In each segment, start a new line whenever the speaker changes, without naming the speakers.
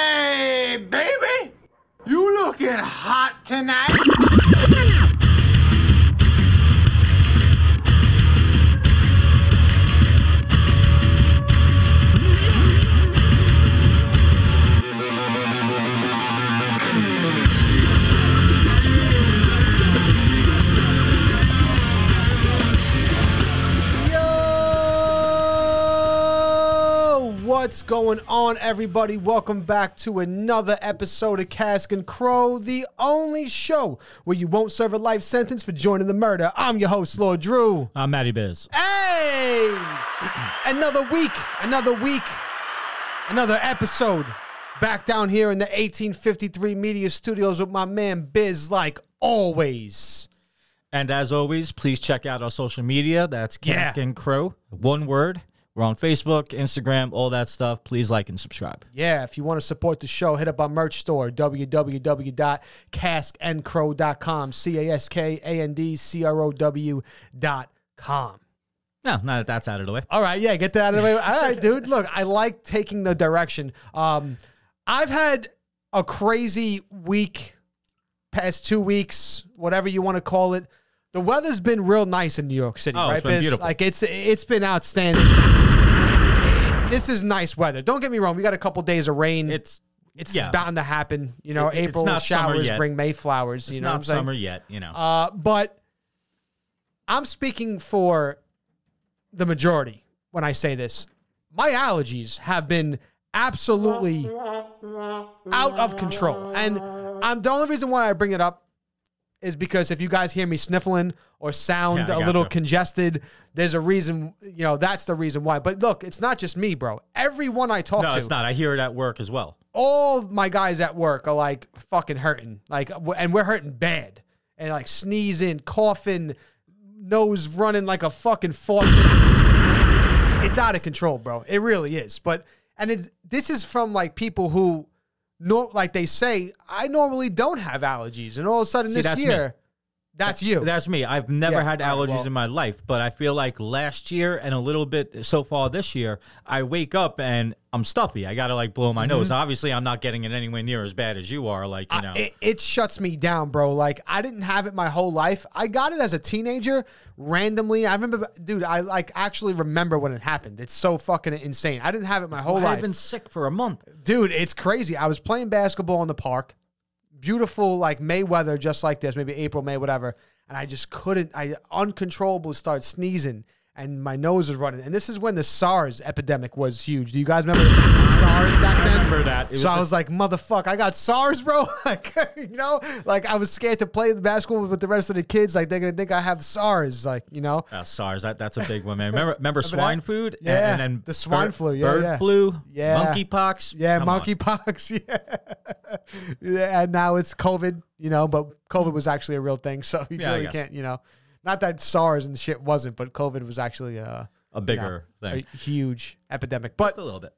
Hey, baby! You looking hot tonight?
Yo! What's going on, everybody? Welcome back to another episode of Cask and Crow, the only show where you won't serve a life sentence for joining the murder. I'm your host, Lord Drew.
I'm Matty Biz.
Hey! another week, another week, another episode. Back down here in the 1853 Media Studios with my man Biz, like always.
And as always, please check out our social media. That's
Yeah.
Cask and Crow, one word. We're on Facebook, Instagram, all that stuff. Please like and subscribe.
Yeah, if you want to support the show, hit up our merch store, www.caskandcrow.com, C A S K A N D C R O W dot com.
No, now that that's out of the way.
All right, yeah, get that out of the way. All right, dude, look, I like taking the direction. Um, I've had a crazy week, past two weeks, whatever you want to call it. The weather's been real nice in New York City,
Oh, it's
right?
been
Biz?
beautiful.
Like it's it's been outstanding. this is nice weather. Don't get me wrong. We got a couple days of rain.
It's
it's
yeah.
bound to happen. You know,
It- it's
April
not summer
showers
yet.
bring May flowers.
it's
you know, what I'm
not
saying?
summer yet, you know.
Uh, but I'm speaking for the majority when I say this. My allergies have been absolutely out of control. And I'm, the only reason why I bring it up is because if you guys hear me sniffling or sound
Yeah, I
a little
gotcha.
congested, there's a reason, you know, that's the reason why. But look, it's not just me, bro. Everyone I talk
no,
to,
it's not. I hear it at work as well.
all my guys at work are like fucking hurting, like, w- and we're hurting bad, and like sneezing, coughing, nose running like a fucking faucet. it's out of control, bro. It really is. But and it, this is from like people who, nor, like they say, I normally don't have allergies, and all of a sudden this
that's me.
year, that's you.
That's me. I've never
Oh. Yeah,
had
all right,
allergies
well-
in my life, but I feel like last year and a little bit so far this year, I wake up and I'm stuffy. I got to like blow my nose. Obviously, I'm not getting it anywhere near as bad as you are. Like, you know.
Mm-hmm. it, it shuts me down, bro. Like I didn't have it my whole life. I got it as a teenager randomly. I remember, dude. I like actually remember when it happened. It's so fucking insane. I didn't have it my whole life,
I've been sick for a month.
dude. It's crazy. I was playing basketball in the park, beautiful like May weather, just like this, maybe April, May, whatever. And I just couldn't. I uncontrollably started sneezing, and my nose was running. And this is when the SARS epidemic was huge. Do you guys remember SARS back then?
Remember that. It was
so I
the-
was like, motherfuck, I got SARS, bro. like, you know, like I was scared to play the basketball with the rest of the kids. Like they're gonna think I have SARS. Like, you know,
Uh, SARS, that, that's a big one, man. Remember, remember swine food? And-
Yeah,
And, then
the swine
bird-
flu, yeah,
bird
yeah.
flu,
Yeah.
monkeypox.
yeah,
Come on.
monkeypox. Yeah. yeah, and now it's COVID. You know, but COVID was actually a real thing, so you
Yeah, I
really
guess.
can't. You know, not that SARS and shit wasn't, but COVID was actually uh,
A bigger thing.
a huge epidemic. But
Just a little bit.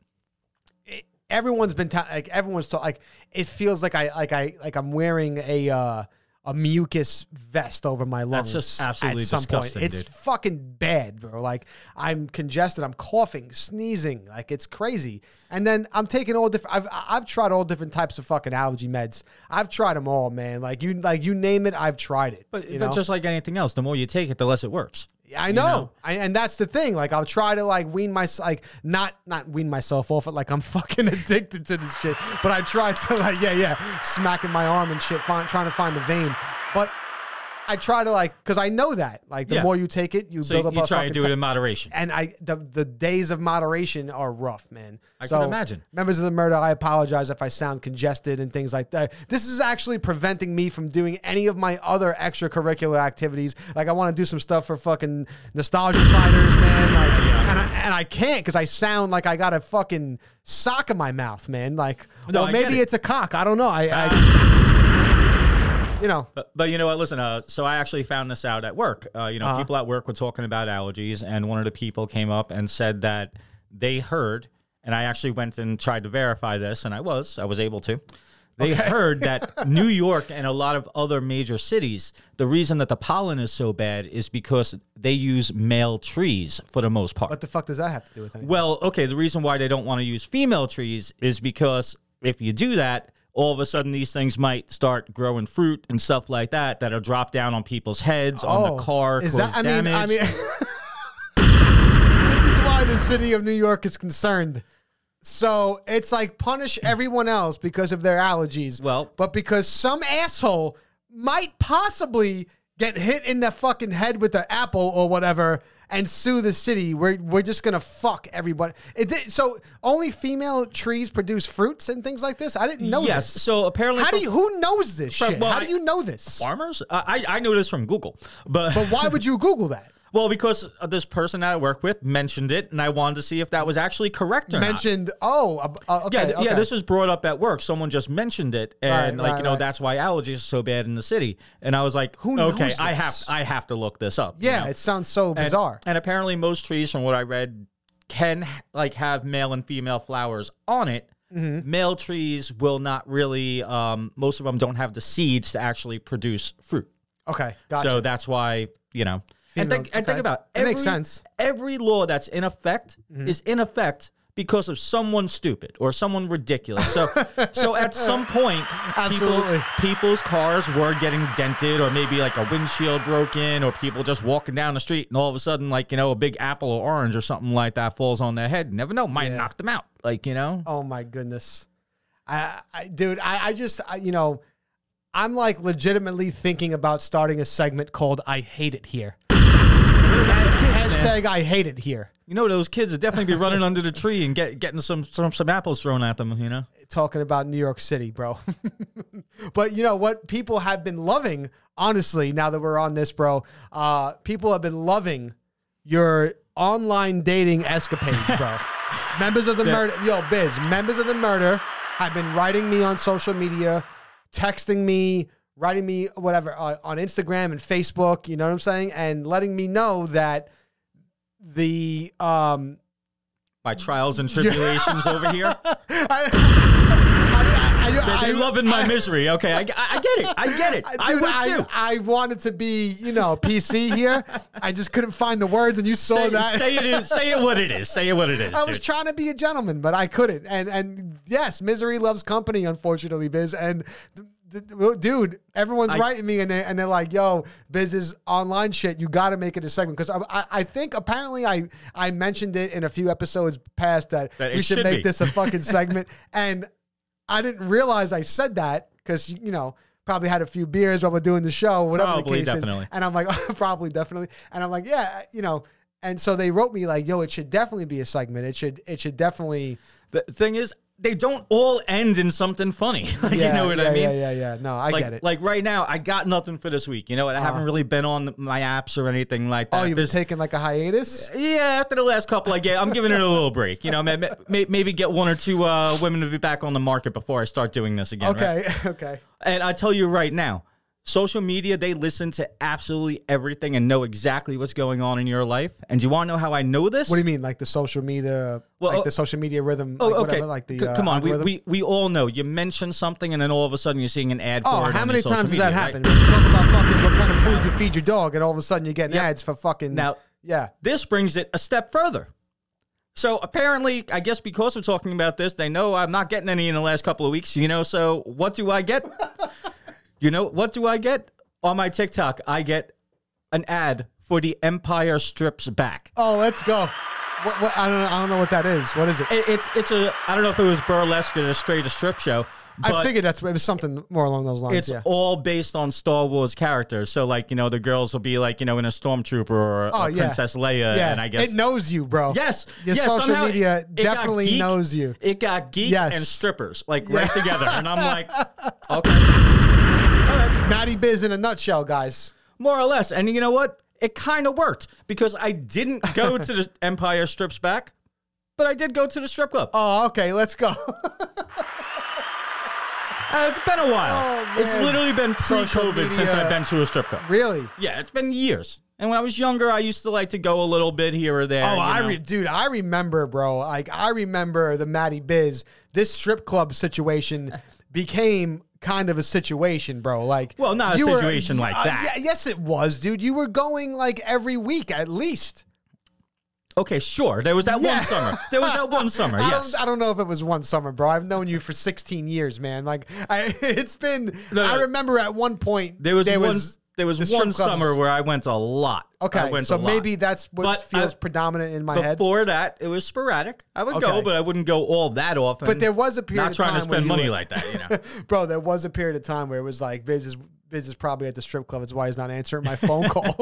everyone's been ta- like everyone's ta- like it feels like I like I like I'm wearing a uh a mucus vest over my lungs.
just absolutely
at some
disgusting,
Point. It's
dude.
fucking bad, bro. Like I'm congested, I'm coughing, sneezing, like it's crazy. And then I'm taking all different. I've I've tried all different types of fucking allergy meds. I've tried them all, man. Like you like you name it, I've tried it.
But,
you
but
know?
just like anything else, the more you take it, the less it works.
I know, I, and that's the thing. Like, I'll try to like wean myself, like not not wean myself off it. Like, I'm fucking addicted to this shit. But I try to like, yeah, yeah, smacking my arm and shit, find, trying to find the vein. But I try to like, because I know that. Like, the
Yeah.
more you take it, you
So
build
you,
up.
you
a
try to
fucking
do it
ti-
in moderation.
and I the, the days of moderation are rough, man. I
can imagine.
Members of the murder, I apologize if I sound congested and things like that. This is actually preventing me from doing any of my other extracurricular activities. Like I want to do some stuff for fucking nostalgia fighters, man. Like, and I, and I can't because I sound like I got a fucking sock in my mouth, man. Like,
No,
well,
I get
maybe
it.
it's a cock. I don't know. I, I
Ah.
you know,
But, but you know what? Listen, uh, so I actually found this out at work. Uh, you know, people at work were talking about allergies, and one of the people came up and said that they heard, and I actually went and tried to verify this, and I was, I was able to. They heard that New York and a lot of other major cities, the reason that the pollen is so bad is because they use male trees for the most part.
what the fuck does that have to do with anything?
Well, okay, the reason why they don't want to use female trees is because if you do that, all of a sudden these things might start growing fruit and stuff like that that'll drop down on people's heads, on the car,
Oh, Is
cause
that? I mean,
damage.
I mean, this is why the city of New York is concerned. So it's like punish everyone else because of their allergies.
Well-
but because some asshole might possibly get hit in the fucking head with an apple or whatever and sue the city. We're we're just gonna fuck everybody. It, did- so only female trees produce fruits and things like this. I didn't know
yes.
this.
So apparently,
How do you? Who knows this
From-
shit?
well,
How do
I-
you know this?
farmers? I I I know this from Google, but,
But why would you Google that?
well, because of this person that I work with mentioned it, and I wanted to see if that was actually correct or not.
mentioned. Oh, ab- uh,
Yeah,
okay,
th- yeah.
okay.
This was brought up at work. Someone just mentioned it,
Right,
and like
right,
you know,
right.
that's why allergies are so bad in the city. And I was like,
Who knows
okay, I have
this?
I have to look this up. you
yeah.
know?
It sounds so
And-
bizarre.
And, apparently, most trees, from what I read, can like have male and female flowers on it. Male trees will not really. Um, most of them don't have the seeds to actually produce fruit.
okay, gotcha.
So that's why you know. and
Female-
think and think
okay.
about
That makes sense. Mm-hmm.
Every law that's in effect is in effect because of someone stupid or someone ridiculous. So so at some point,
Absolutely.
people, people's cars were getting dented, or maybe like a windshield broken, or people just walking down the street, and all of a sudden, like you know, a big apple or orange or something like that falls on their head. You never know, might knock them out. Like you know,
oh my goodness, I, I dude, I, I just, I, you know, I'm like legitimately thinking about starting a segment called "I Hate It Here." Hashtag I hate it here.
you know those kids would definitely be running under the tree and get getting some some some apples thrown at them. You know.
talking about New York City, bro. but you know what? People have been loving, honestly, now that we're on this, bro. Uh, people have been loving your online dating escapades, bro. members of the murder, yo, Biz, members of the murder have been writing me on social media, texting me, writing me, whatever, uh, on Instagram and Facebook, you know what I'm saying? And letting me know that the um
my trials and tribulations over here.
I,
That
I-
they loving my misery. Okay, I, I- I get it. I get it. I
Dude,
would
I,
too.
I wanted to be, you know, PC here. I just couldn't find the words, and you saw
say,
that.
say it is. Say it what it is. Say it what it is.
I was
dude.
trying to be a gentleman, but I couldn't. And and yes, misery loves company, unfortunately, Biz. And th- th- well, dude, everyone's writing me, and they and they're like, "Yo, Biz is online shit. You got to make it a segment." Because I, I I think apparently I I mentioned it in a few episodes past that,
That it
we should,
should
make
be.
this a fucking segment, and I didn't realize I said that because you know. Probably had a few beers while we're doing the show, whatever
Probably,
the case
definitely.
is. And I'm like, oh, probably, definitely. And I'm like, yeah, you know. And so they wrote me like, yo, it should definitely be a segment. It should, it should definitely.
the thing is, they don't all end in something funny. Like,
Yeah,
you know what
yeah,
I mean?
Yeah, yeah, yeah. No, I
Like,
get it. Uh-huh.
like right now, I got nothing for this week. You know what? I haven't really been on my apps or anything like that.
oh, you've been
This-
taking like a hiatus.
yeah, after the last couple I get, I'm giving it a little break. You know, may- may- maybe get one or two uh, women to be back on the market before I start doing this again. right?
Okay, okay.
And I tell you right now, social media, they listen to absolutely everything and know exactly what's going on in your life. And do you want to know how I know this?
What do you mean, like the social media,
Well,
like
oh-
the social media rhythm?
Oh,
like
okay.
Whatever, like the
C-
uh,
Come on, we,
algorithm?
we, we all know. You mention something, and then all of a sudden you're seeing an ad
Oh,
for it.
how
on
many
your social
times does
media,
that
right?
happen? We talk about fucking what kind of food you feed your dog, and all of a sudden you're getting ads for fucking.
Now-
yeah.
This brings it a step further. So apparently, I guess because we're talking about this, they know I'm not getting any in the last couple of weeks, you know. So what do I get? you know, what do I get? On my TikTok, I get an ad for the Empire Strips Back.
Oh, let's go. What, what, I don't, know, I don't know what that is. What is it?
It, it's it's a I don't know if it was burlesque or straight a strip show. But
I figured that's it was something more along those lines.
it's
Yeah.
all based on Star Wars characters. So like you know the girls will be like you know in a stormtrooper or a
Oh,
a
yeah.
Princess Leia,
yeah.
uh, and I guess
it knows you, bro.
yes,
Your
yes,
social
somehow
media
it- it got
definitely
geek-
knows you.
It got geek
Yes.
and strippers like right together, and I'm like, okay,
Natty Biz in a nutshell, guys.
more or less. And you know what? It kind of worked because I didn't go to the Empire Strips Back, but I did go to the strip club.
Oh, okay, let's go.
Uh, it's been a while.
Oh,
it's
man.
literally been
Social
pre-COVID since
media.
I've been to a strip club.
really?
Yeah, it's been years. And when I was younger, I used to like to go a little bit here or there.
Oh,
you
I
know.
re- dude, I remember, bro. Like I remember the Matty Biz. This strip club situation became kind of a situation, bro. Like,
Well, not a
you uh,
situation like that.
yeah, yes, it was, dude. You were going like every week at least.
Okay, sure. There was that
Yeah.
one summer. There was that one summer.
I
yes.
don't, I don't know if it was one summer, bro. I've known you for 16 years, man. Like, I, it's been.
No, no.
I remember at one point
There was
there
one.
was
there was
the strip
one
clubs-
summer where I went a lot. I
Okay,
went
so
a lot.
maybe that's what
But
feels
I-
predominant in my head.
Before that, it was sporadic. I would
Okay.
go, but I wouldn't go all that often.
But there was a period
not
of
trying to
time when
spend
you
money
were-
like that. You know,
Bro, there was a period of time where it was like Viz is Viz is probably at the strip club. That's why he's not answering my phone call.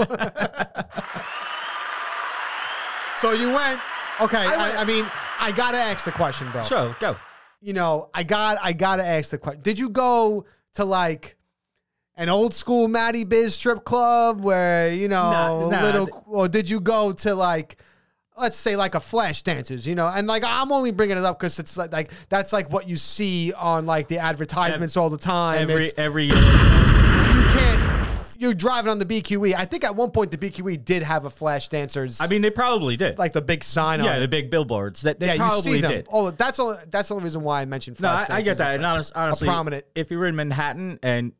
so you went. Okay, I, I mean, I gotta ask the question, bro.
so go.
You know, I got I gotta ask the question. Did you go to like an old school Matty Biz strip club where you know
Nah,
a
nah.
little, or did you go to like? Let's say like a flash dances, you know, and like I'm only bringing it up because it's like, like that's like what you see on like the advertisements all the time.
Every
It's-
every year,
you can't. You're driving on the BQE. I think at one point the BQE did have a flash dancers.
I mean, they probably did.
like the big sign on.
yeah,
it.
the big billboards that they
yeah, you
probably
see them.
did.
Oh, that's all. That's the only reason why I mentioned
No,
flash
I, I
dancers.
get that.
It's
And
like
honest, honestly,
prominent-
if you were in Manhattan and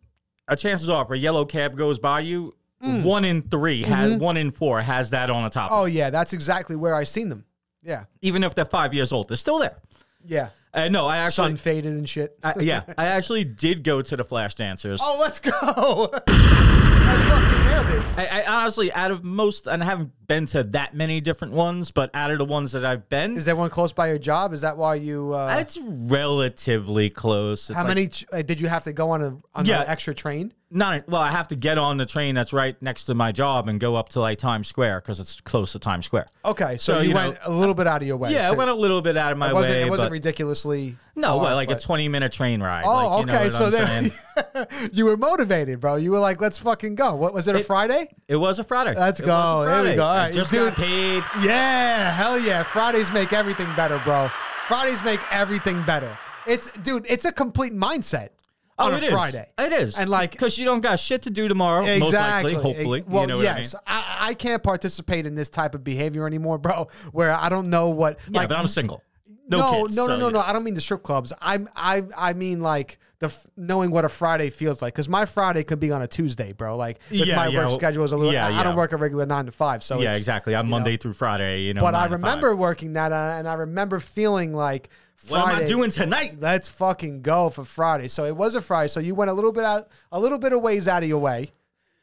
a chances are, if a yellow cab goes by you, one in 3 has one in four has that on the top.
Mm. Mm-hmm. oh yeah, that's exactly where I seen them. Yeah,
Even if they're five years old, they're still there.
yeah.
Uh, no, I actually,
Sun faded and shit.
I, yeah, I actually did go to the flash dancers.
oh, let's go. I fucking nailed it.
I, I honestly, out of most, and I haven't been to that many different ones, but out of the ones that I've been,
Is there one close by your job? Is that why you? Uh,
it's relatively close. It's
how
like
many ch- uh, did you have to go on a on
Yeah.
an extra train?
Not well. I have to get on the train that's right next to my job and go up to like Times Square because it's close to Times Square.
Okay, so,
So,
you,
you know-
went a little bit out of your way.
Yeah,
to-
I went a little bit out of my
it wasn't,
way.
it wasn't
but-
ridiculously.
no,
far,
well, like a
but-
twenty-minute train ride.
Oh,
like, you know
okay.
what
so
I'm
there,
saying?
you were motivated, bro. You were like, "Let's fucking go." What was it? A Friday?
it was a Friday.
Let's
It
go.
was a
There we
Friday.
go. All
I
right,
just
dude.
got paid.
Yeah, hell yeah. Fridays make everything better, bro. Fridays make everything better. It's dude, it's a complete mindset on
Oh,
a
it is.
Friday.
It is.
And like
because you don't got shit to do tomorrow. Most likely,
Exactly.
hopefully.
Well,
you know what I mean?
yes, I, I, can't participate in this type of behavior anymore, bro. Where I don't know what.
Yeah,
like,
but I'm single. No,
no, no,
kids,
no,
so,
no,
you
no.
know.
I don't mean the strip clubs. I'm, I, I mean like the f- knowing what a Friday feels like because my Friday could be on a Tuesday, bro. Like with
Yeah,
my
yeah,
work
well,
schedule is a little.
yeah,
I, I don't
yeah.
work a regular nine to five, so
Yeah,
it's-
exactly. I'm Monday through Friday. You know,
But I
nine to five.
remember working that, uh, and I remember feeling like
What
Friday.
am I doing tonight?
Let's fucking go for Friday. So it was a Friday. So you went a little bit out, a little bit of ways out of your way.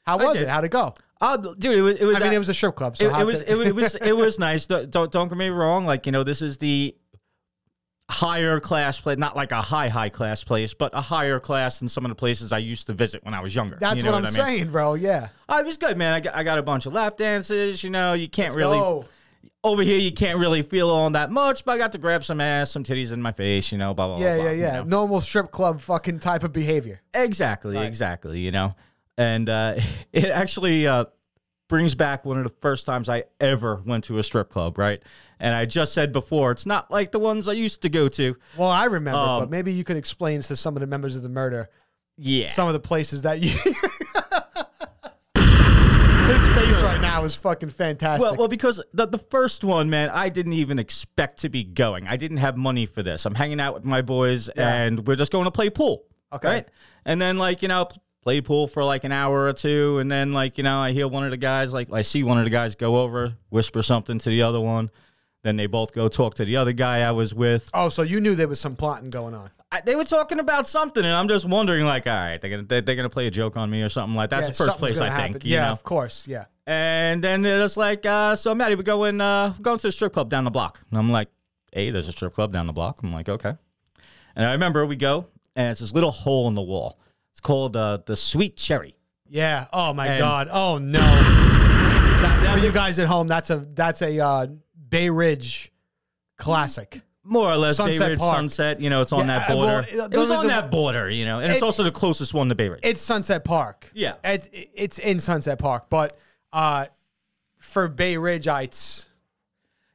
How was
did.
it? How'd it go?
Oh, dude, it was. It was
I mean, it was a strip club. So
it,
how
it was
could-
it was it was it was nice. Don't don't don't get me wrong. Like you know, this is the higher class place, not like a high high class place, but a higher class than some of the places I used to visit when I was younger.
That's
You know
what I'm
I mean?
saying, bro. Yeah.
I was good, man. I got, I got a bunch of lap dances. You know, you can't really
Oh,
over here. You can't really feel on that much, but I got to grab some ass, some titties in my face. You know, blah blah.
yeah,
blah,
yeah,
blah, you
yeah.
know?
Normal strip club fucking type of behavior.
Exactly, exactly. You know, and uh, it actually uh, brings back one of the first times I ever went to a strip club, right? And I just said before, it's not like the ones I used to go to.
Well, I remember,
Um,
but maybe you could explain to some of the members of the murder
Yeah,
some of the places that you. His face right now is fucking fantastic.
Well, well, because the, the first one, man, I didn't even expect to be going. I didn't have money for this. I'm hanging out with my boys, and we're just going to play pool.
Okay.
And then, like, you know, p- play pool for like an hour or two, and then, like, you know, I hear one of the guys, like, I see one of the guys go over, whisper something to the other one. Then they both go talk to the other guy I was with.
oh, so you knew there was some plotting going on.
I, they were talking about something, and I'm just wondering, like, all right, they're gonna they're, they're gonna play a joke on me or something like that's
Yeah,
the first
something's
place I
gonna
think.
happen.
You
yeah,
know?
of course. Yeah.
And then it was like, uh, so Maddie, we're going, uh, we're going to a strip club down the block. And I'm like, hey, there's a strip club down the block. I'm like, okay. And I remember we go, and it's this little hole in the wall. It's called uh, the Sweet Cherry.
Yeah. Oh my
And-
God. Oh no.
That- that
For you
was
guys at home, that's a that's a uh, Bay Ridge classic.
more or less
Sunset
Bay Ridge
Park.
Sunset. You know, it's on
Yeah,
that
uh, well,
border.
uh,
it was
those
on
are-
that border, you know, and it's
It-
also the closest one to Bay Ridge.
It's Sunset Park.
Yeah.
It's it's in Sunset Park, but uh, for Bay Ridgeites,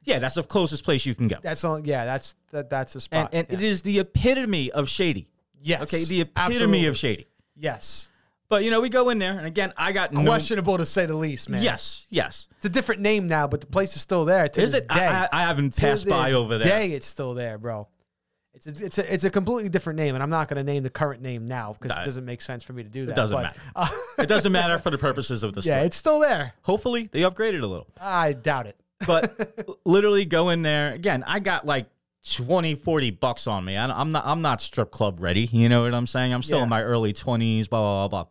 yeah, that's the closest place you can go.
that's all. Yeah, that's that that's the
And,
spot.
and
yeah.
it is the epitome of shady.
yes.
Okay, the epitome
Absolutely.
of shady.
yes.
But, you know, we go in there, and again, I got no.
Questionable to say the least, man.
Yes, yes.
It's a different name now, but the place is still there. To
Is
this
it?
Day.
I, I I haven't
To
passed by
this
over there.
Day, it's still there, bro. It's a, it's a, it's a completely different name, and I'm not going to name the current name now because it
That-
doesn't make sense for me to do that.
It doesn't
but,
matter.
uh,
it doesn't matter for the purposes of the
yeah,
story.
it's still there.
Hopefully, they upgraded a little.
I doubt it.
but literally go in there again i got like 20 40 bucks on me I, i'm not i'm not strip club ready you know what i'm saying i'm still
Yeah.
in my early 20s blah blah blah blah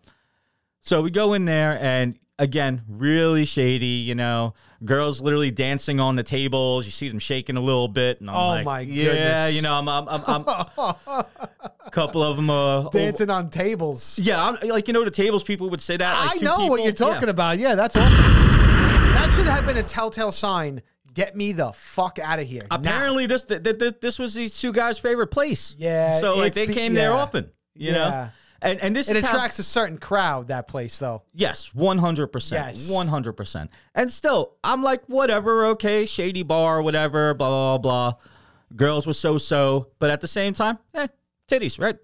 so we go in there and again really shady you know girls literally dancing on the tables you see them shaking a little bit and i'm
Oh
like
my
yeah
goodness.
you know i'm i'm i'm, I'm a couple of them uh,
dancing on tables.
yeah I'm, like you know the tables people would sit at like
I
two
know what
people.
you're talking
Yeah.
about. Yeah, that's awesome. that should have been a telltale sign. Get me the fuck out of here. now."
Apparently, this th- th- th- this was these two guys' favorite place.
Yeah,
So like
it's
they
pe-
came there
yeah.
often, you
Yeah.
know. And and this
it
is how-
attracts a certain crowd. That place, though.
yes, one hundred percent,
Yes.
one hundred percent. And still, I'm like, whatever, okay, shady bar, whatever, blah blah blah. Girls were so so, but at the same time, eh, titties, right?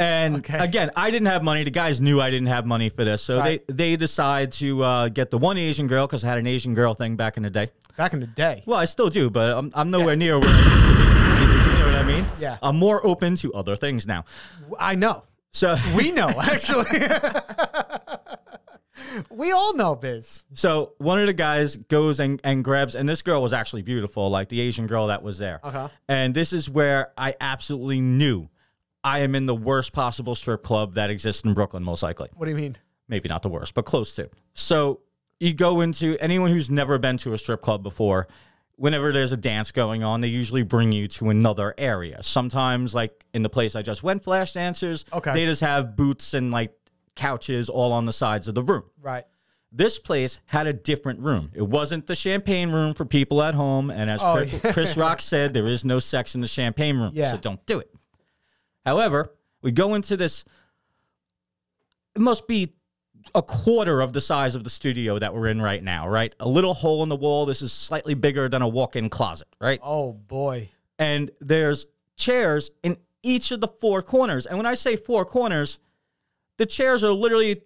And
Okay.
again, I didn't have money. The guys knew I didn't have money for this, so
Right.
they they decide to uh, get the one Asian girl because I had an Asian girl thing back in the day.
Back in the day.
Well, I still do, but I'm, I'm nowhere near where I used to be. You know what I mean?
Yeah.
I'm more open to other things now.
I know.
So,
We know actually. we all know Biz.
so one of the guys goes and, and grabs, and this girl was actually beautiful, like the Asian girl that was there.
Uh-huh.
And this is where I absolutely knew I am in the worst possible strip club that exists in Brooklyn, most likely.
What do you mean?
maybe not the worst, but close to. So you go into anyone who's never been to a strip club before, whenever there's a dance going on, they usually bring you to another area. Sometimes, like in the place I just went, flash dancers,
Okay.
they just have boots and like couches all on the sides of the room.
Right.
This place had a different room. It wasn't the champagne room for people at home. And as
Oh,
Chris,
yeah.
Chris Rock said, there is no sex in the champagne room.
Yeah.
So don't do it. However, we go into this, it must be a quarter of the size of the studio that we're in right now, right? A little hole in the wall. This is slightly bigger than a walk in closet, right?
Oh boy.
And there's chairs in each of the four corners. And when I say four corners, the chairs are literally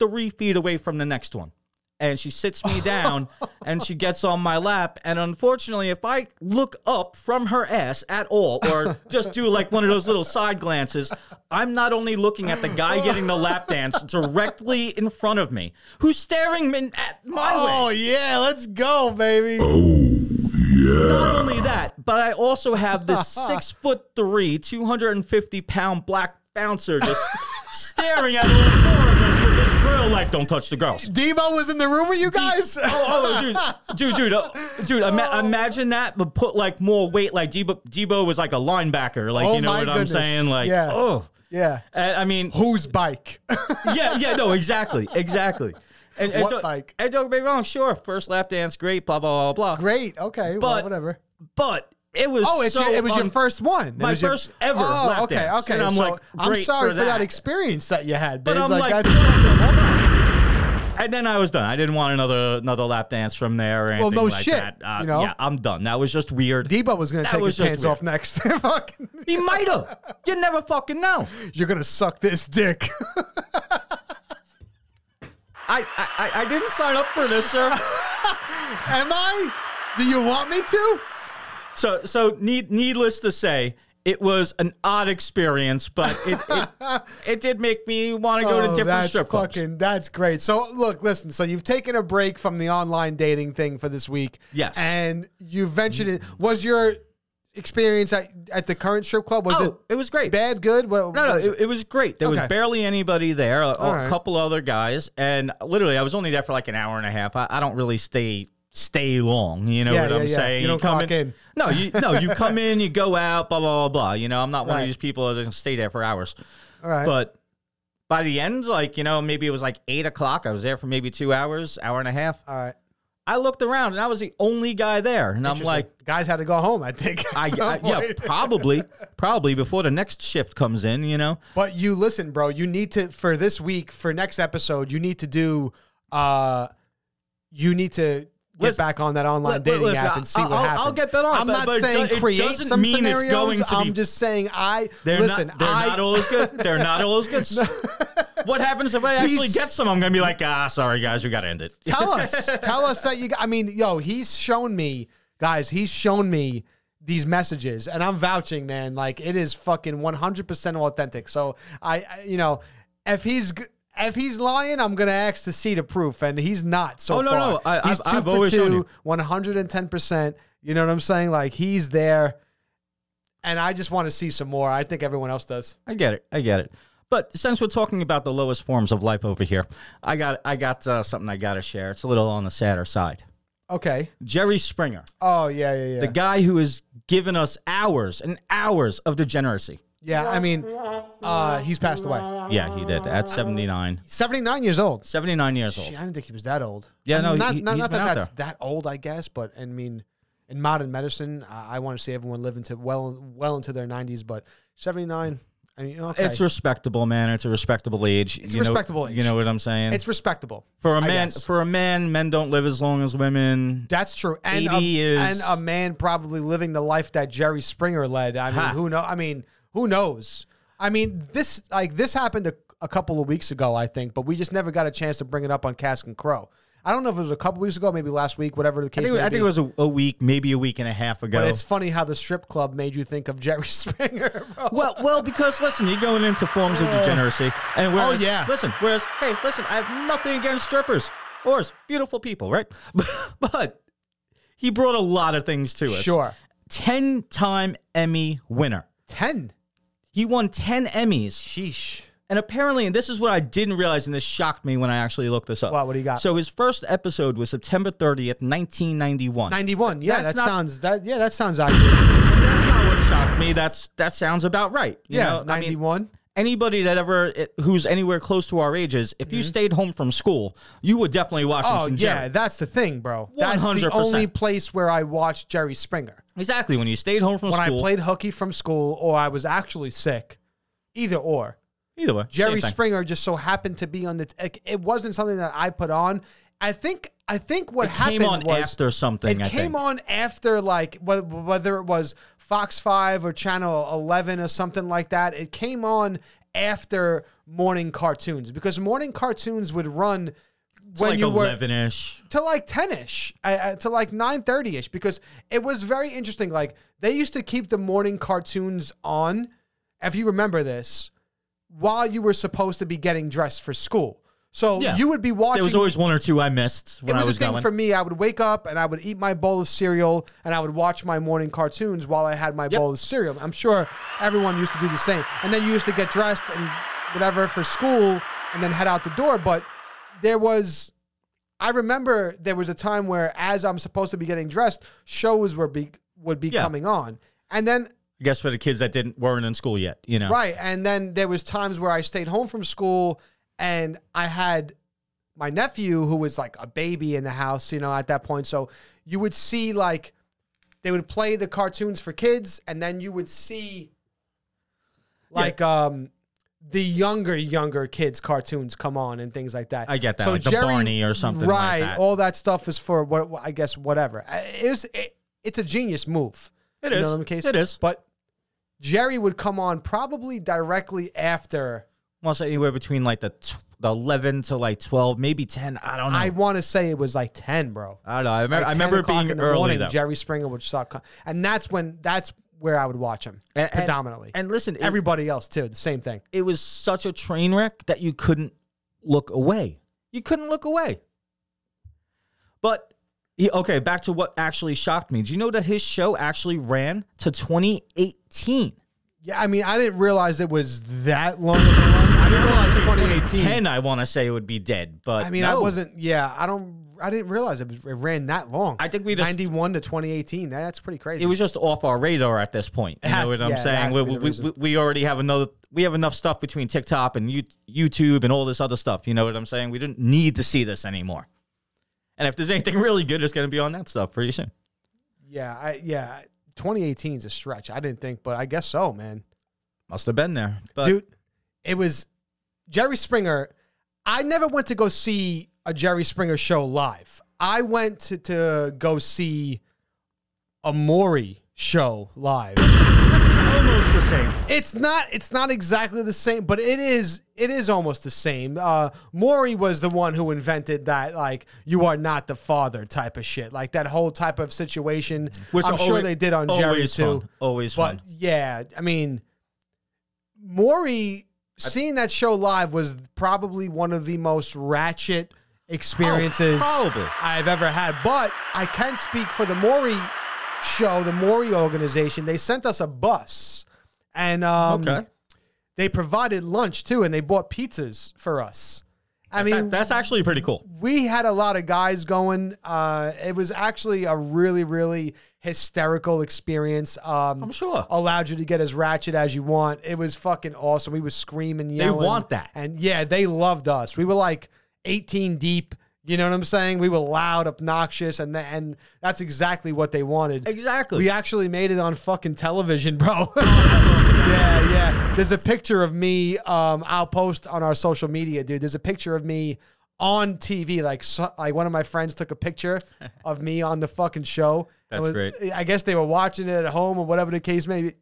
three feet away from the next one. And she sits me down and she gets on my lap. And unfortunately, if I look up from her ass at all or just do like one of those little side glances, I'm not only looking at the guy getting the lap dance directly in front of me, who's staring min- at my way.
Oh yeah, let's go, baby.
Not only that, but I also have this six foot three, 250 pound black bouncer just staring at all four of us with this grill like, don't touch the girls.
Devo was in the room with you guys.
Oh, oh, dude, dude, dude, uh, dude! Ima-
Oh.
imagine that, but put like more weight. Like Debo, Debo was like a linebacker. Like
Oh
you know
my
what
goodness.
I'm saying? Like,
Yeah.
oh,
yeah.
And I mean,
Whose bike?
yeah, yeah, no, exactly, exactly. And, and
What
don't,
bike?
And don't get me wrong, sure, first lap dance, great, blah blah blah blah.
Great. Okay. well,
But-
whatever.
But it was
Oh, it's
so
your, it was your
un-
first one. It
my
was your-
first ever
Oh,
lap
okay.
dance.
Okay.
And I'm
So
like,
I'm
great
sorry
for
for that
that.
experience that you had.
But
Biz.
I'm like, and then I was done. I didn't want another another lap dance from there or anything
no
like
shit,
that. Uh,
you know?
Yeah, I'm done. That was just weird.
Debo was going to
That
take
was
his pants
just weird.
off next. Fucking-
He might have. You never fucking know.
You're going to suck this dick.
I, I I- I didn't sign up for this, sir.
Am I? Do you want me to?
So so need, needless to say, it was an odd experience, but it it, it did make me want to go to
Oh,
different
that's
strip clubs.
fucking that's great. So look, listen. So you've taken a break from the online dating thing for this week.
Yes.
and you ventured it. Was your experience at, at the current strip club was
Oh, it was great.
it bad? Good? What,
No, no,
what-
it, it was great. There
Okay.
was barely anybody there, a, a
right.
couple other guys, and literally, I was only there for like an hour and a half. I, I don't really stay stay long. You know
Yeah,
what
yeah,
I'm
yeah.
saying?
You don't
come
clock in.
No, you no, you come in, you go out, blah blah blah. blah. You know, I'm not one
Right.
of these people that doesn't stay there for hours.
all right.
But by the end, like you know, maybe it was like eight o'clock. I was there for maybe two hours, hour and a half.
all right.
I looked around, and I was the only guy there, and I'm
Interesting.
like.
guys had to go home. I think. at
I,
some
I, yeah,
point.
probably, probably before the next shift comes in, you know.
But you listen, bro. You need to for this week for next episode. You need to do. uh You need to get
Listen-
back on that online
Li-
dating
listen,
app and see
I'll-
what
I'll-
happens.
I'll get back on it,
I'm
but-
not
but it
saying
do- it
create
doesn't
some
mean it's
scenarios.
going to
I'm
be-
just saying I
They're
listen.
not. They're
I
not all as good. They're not all as good. what happens if I actually
He's-
get some? I'm gonna be like, ah, sorry guys, we gotta end it.
tell us tell us that you i mean yo he's shown me guys he's shown me these messages and i'm vouching man like it is fucking 100% authentic so i I- you know if he's g- if he's lying, I'm gonna ask to see the proof, and he's not. So
Oh, no,
far.
no, I-
he's
I've- I've always shown you.
110 percent. You know what I'm saying? Like he's there, and I just want to see some more. I think everyone else does.
I get it. I get it. But since we're talking about the lowest forms of life over here, I got I got uh, something I got to share. It's a little on the sadder side.
Okay.
Jerry Springer,
Oh yeah, yeah, yeah.
the guy who has given us hours and hours of degeneracy.
yeah, I mean, uh, he's passed away.
Yeah, he did at 79.
79 years old.
79 years old.
Gee, I didn't think he was that old.
Yeah,
I mean,
no,
not,
he-
not,
he's
not
been
that
out
that's that old, I guess. But I mean, in modern medicine, I, I want to see everyone live into well, well into their 90s. But 79, I mean, okay,
It's respectable, man. It's a respectable age. It's
a respectable age.
You know what I'm saying?
it's respectable
for a
I
man.
guess.
For a man, men don't live as long as women.
That's true. And a,
80 is-
and a man probably living the life that Jerry Springer led. I mean,
Ha.
who know? I mean, who knows? I mean, this like this happened a, a couple of weeks ago, I think, but we just never got a chance to bring it up on Cask and Crow. I don't know if it was a couple weeks ago, maybe last week, whatever the case.
I think,
may
I think
be.
it was a, a week, maybe a week and a half ago.
But it's funny how the strip club made you think of Jerry Springer. Bro.
Well, well, because listen, you're going into forms of degeneracy, and whereas,
Oh, yeah.
listen, whereas, hey, listen, I have nothing against strippers or as beautiful people, right? but he brought a lot of things to us.
Sure,
ten-time Emmy winner.
ten.
He won ten Emmys,
Sheesh.
and apparently, and this is what I didn't realize, and this shocked me when I actually looked this up.
Wow, what do you got?
So his first episode was September 30th, 1991.
Ninety-one. Yeah, that
That's not-
sounds. That yeah, that sounds accurate.
That's not what shocked me. That's that sounds about right. you
Yeah,
know? I mean,
ninety-one.
anybody that ever who's anywhere close to our ages, if you stayed home from school, you were definitely watching
Mm-hmm. Oh
some
yeah,
Jerry.
that's the thing, bro. That's the
100%.
only place where I watched Jerry Springer.
Exactly. When you stayed home from
When
school,
I played hooky from school or I was actually sick, either or.
either way,
Jerry
same thing.
Springer just so happened to be on the. like, It wasn't something that I put on. I think. I think what happened
came on
was
after something.
It
I
came
think.
on after like wh- whether it was Fox Five or Channel Eleven or something like that. It came on after morning cartoons because morning cartoons would run when
like
you were
eleven-ish.
to like 10ish uh, to like 9.30ish because it was very interesting like they used to keep the morning cartoons on if you remember this while you were supposed to be getting dressed for school so
Yeah.
you would be watching
There was always one or two I missed when
it was,
I was
a thing
going.
for me i would wake up and i would eat my bowl of cereal and i would watch my morning cartoons while i had my bowl of cereal i'm sure everyone used to do the same and then you used to get dressed and whatever for school and then head out the door but there was I remember there was a time where, as I'm supposed to be getting dressed, shows were be would be
Yeah.
coming on, and then
I guess for the kids that didn't weren't in school yet, you know.
right, and then there was times where I stayed home from school, and I had my nephew who was like a baby in the house, you know, at that point. So you would see like they would play the cartoons for kids, and then you would see like um the younger younger kids cartoons come on and things like that.
I get that, like the Barney or something like
Right,
that.
all that stuff is for what I guess whatever. I- It was it, it's a genius move.
It
You
is.
know what I'm case-
It is.
But Jerry would come on probably directly after.
Almost anywhere between like the tw- the eleven to like twelve, maybe ten. I don't know.
I
I,
want to say it was like ten, bro.
don't know. I remember.
Like 10
I remember it
o'clock
being
in the
early
morning,
though.
Jerry Springer would start, co- and that's when that's where I would watch him
And- and-
predominantly.
And listen, it,
Everybody else too, the same thing.
it was such a train wreck that you couldn't look away. You couldn't look away. But he- okay, back to what actually shocked me. Do you know that his show actually ran to 2018?
Yeah, I mean, I didn't realize it was that long of a run. I didn't realize 2018.
10, I want to say it would be dead, but
Hmm. I mean, I
no.
wasn't. Yeah, I don't. I didn't realize it, was, it ran that long.
I think we just-
91 to 2018. That's pretty crazy.
It was just off our radar at this point. You
has
know what
to-
I'm
yeah, it
saying?
has
We,
to be the
we,
reason.
we, we already have another. We have enough stuff between TikTok and you, YouTube and all this other stuff. You know what I'm saying? We don't need to see this anymore. And if there's anything really good, it's going to be on that stuff pretty soon.
Yeah, I, yeah. 2018 is a stretch. I didn't think, but I guess so, man.
Must have been there, but
Dude, it was Jerry Springer. I never went to go see a Jerry Springer show live. I went to, to go see a Maury show live.
almost the same.
It's not it's not exactly the same, but it is it is almost the same. Uh Maury was the one who invented that like you are not the father type of shit. Like that whole type of situation.
Which
I'm
are
sure
always-
they did on Jerry
always
too.
fun, always
but
fun.
yeah, I mean Maury seeing that show live was probably one of the most ratchet experiences
Oh, probably.
I've ever had. But I can speak for the Maury show, the Maury organization. They sent us a bus, and um,
Okay.
they provided lunch too, and they bought pizzas for us. I mean,
That- that's actually pretty cool.
we had a lot of guys going. Uh, it was actually a really, really hysterical experience. Um,
I'm sure.
allowed you to get as ratchet as you want. It was fucking awesome. We was screaming, yelling.
want that.
and yeah, they loved us. We were like 18 deep. You know what I'm saying? We were loud, obnoxious, and th- and that's exactly what they wanted.
Exactly.
We actually made it on fucking television, bro. yeah, yeah. There's a picture of me. Um, I'll post on our social media, dude. There's a picture of me on TV. Like, so, like one of my friends took a picture of me on the fucking show. and
That's
was-
great.
I guess they were watching it at home or whatever the case may be,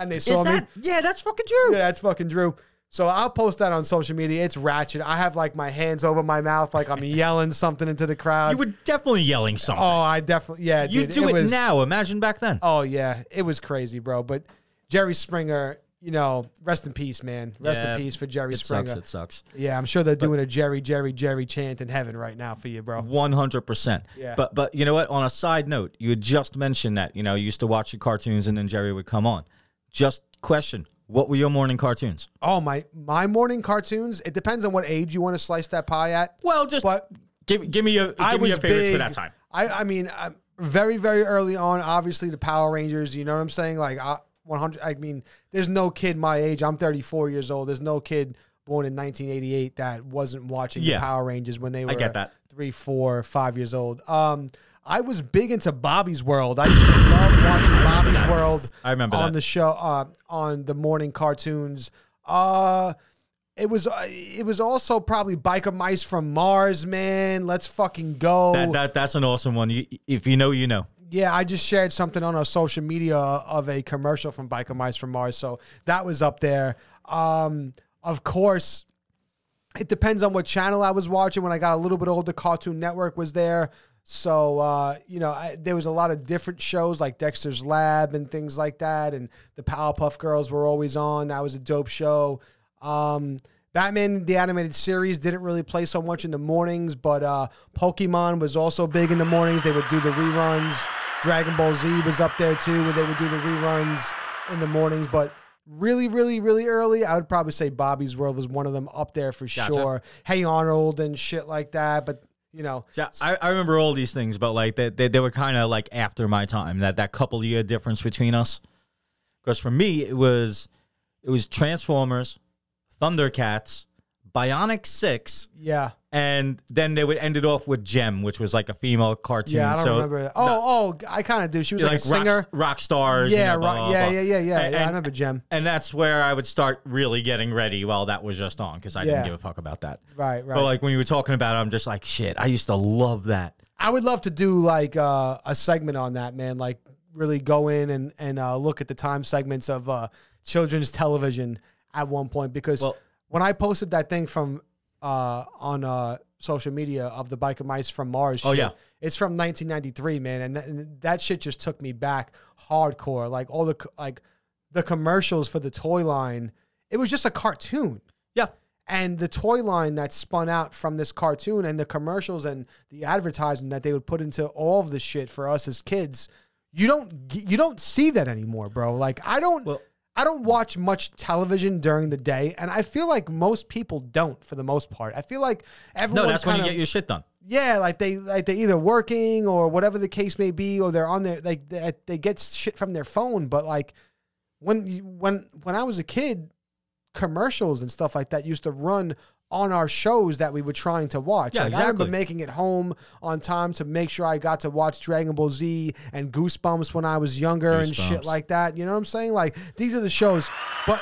and they saw
Is
me.
that? Yeah, that's fucking true.
Yeah, that's fucking Drew. So I'll post that on social media. It's ratchet. I have like my hands over my mouth, like I'm yelling something into the crowd.
You were definitely yelling something.
oh, I definitely yeah.
you
dude,
do it,
was,
now. Imagine back then.
Oh yeah, it was crazy, bro. But Jerry Springer, you know, rest in peace, man. Rest
Yeah,
in peace for Jerry
it
Springer.
sucks. It sucks.
Yeah, I'm sure they're doing a Jerry, Jerry, Jerry chant in heaven right now for you, bro.
One hundred percent.
Yeah.
But but you know what? On a side note, you had just mentioned that you know you used to watch your cartoons and then Jerry would come on. Just question: What were your morning cartoons?
Oh my, my morning cartoons. It depends on what age you want to slice that pie at.
Well, just
But-
give give me a give
I
me
was
your favorites
big.
for that time.
I, I mean, i very, very early on. Obviously, the Power Rangers. You know what I'm saying? Like, I, 100. I mean, there's no kid my age. I'm 34 years old. There's no kid born in 1988 that wasn't watching
Yeah.
the Power Rangers when they were
get that.
three, four, five years old. Um, I was big into Bobby's World. I used to love watching Bobby's World.
I remember
on
that.
the show uh, on the morning cartoons. Uh, it was uh, it was also probably Biker Mice from Mars, man. Let's fucking go.
That, that that's an awesome one. You, if you know, you know.
Yeah, I just shared something on our social media of a commercial from Biker Mice from Mars, so that was up there. Um, of course, it depends on what channel I was watching. When I got a little bit older, Cartoon Network was there, so uh, you know I, there was a lot of different shows like Dexter's Lab and things like that, and the Powerpuff Girls were always on. That was a dope show. Um, Batman the animated series didn't really play so much in the mornings, but uh, Pokemon was also big in the mornings. They would do the reruns. Dragon Ball Z was up there too, where they would do the reruns in the mornings. But really, really, really early, I would probably say Bobby's World was one of them up there for sure. Hey Arnold and shit like that. But you know,
Yeah, I, I remember all these things, but like they, they, they were kind of like after my time. That that couple year difference between us, because for me it was it was Transformers, Thundercats, Bionic Six,
yeah,
and then they would end it off with Gem, which was like a female cartoon.
yeah, I don't
so
remember. That. Oh, oh, I kind of do. She was
like,
like, a singer.
rock, rock stars. you
yeah,
know, blah,
right.
blah,
yeah,
blah.
yeah, yeah, yeah,
And,
yeah. I
and-
remember Jem.
and that's where I would start really getting ready while that was just on because I
Yeah.
didn't give a fuck about that.
Right, right.
But like when you were talking about it, I'm just like, shit, I used to love that.
I would love to do like uh, a segment on that, man. Like really go in and and uh, look at the time segments of uh, children's television at one point because
Well-
when I posted that thing from uh, on uh, social media of the Biker Mice from Mars,
Oh,
shit,
yeah.
it's from 1993, man, and, th- and that shit just took me back hardcore. Like all the co- like the commercials for the toy line, it was just a cartoon
Yeah.
and the toy line that spun out from this cartoon and the commercials and the advertising that they would put into all of this shit for us as kids you don't g- you don't see that anymore bro like i don't
Well-
i don't watch much television during the day and i feel like most people don't for the most part i feel like everyone
No, that's when
kind
you
of
get your shit done.
yeah like they like they're either working or whatever the case may be or they're on their like they, they get shit from their phone but like when you, when when i was a kid commercials and stuff like that used to run on our shows that we were trying to watch.
Yeah,
like, I remember
exactly.
making it home on time to make sure I got to watch Dragon Ball Z and Goosebumps when I was younger and shit
Goosebumps.
like that. You know what I'm saying? Like these are the shows, but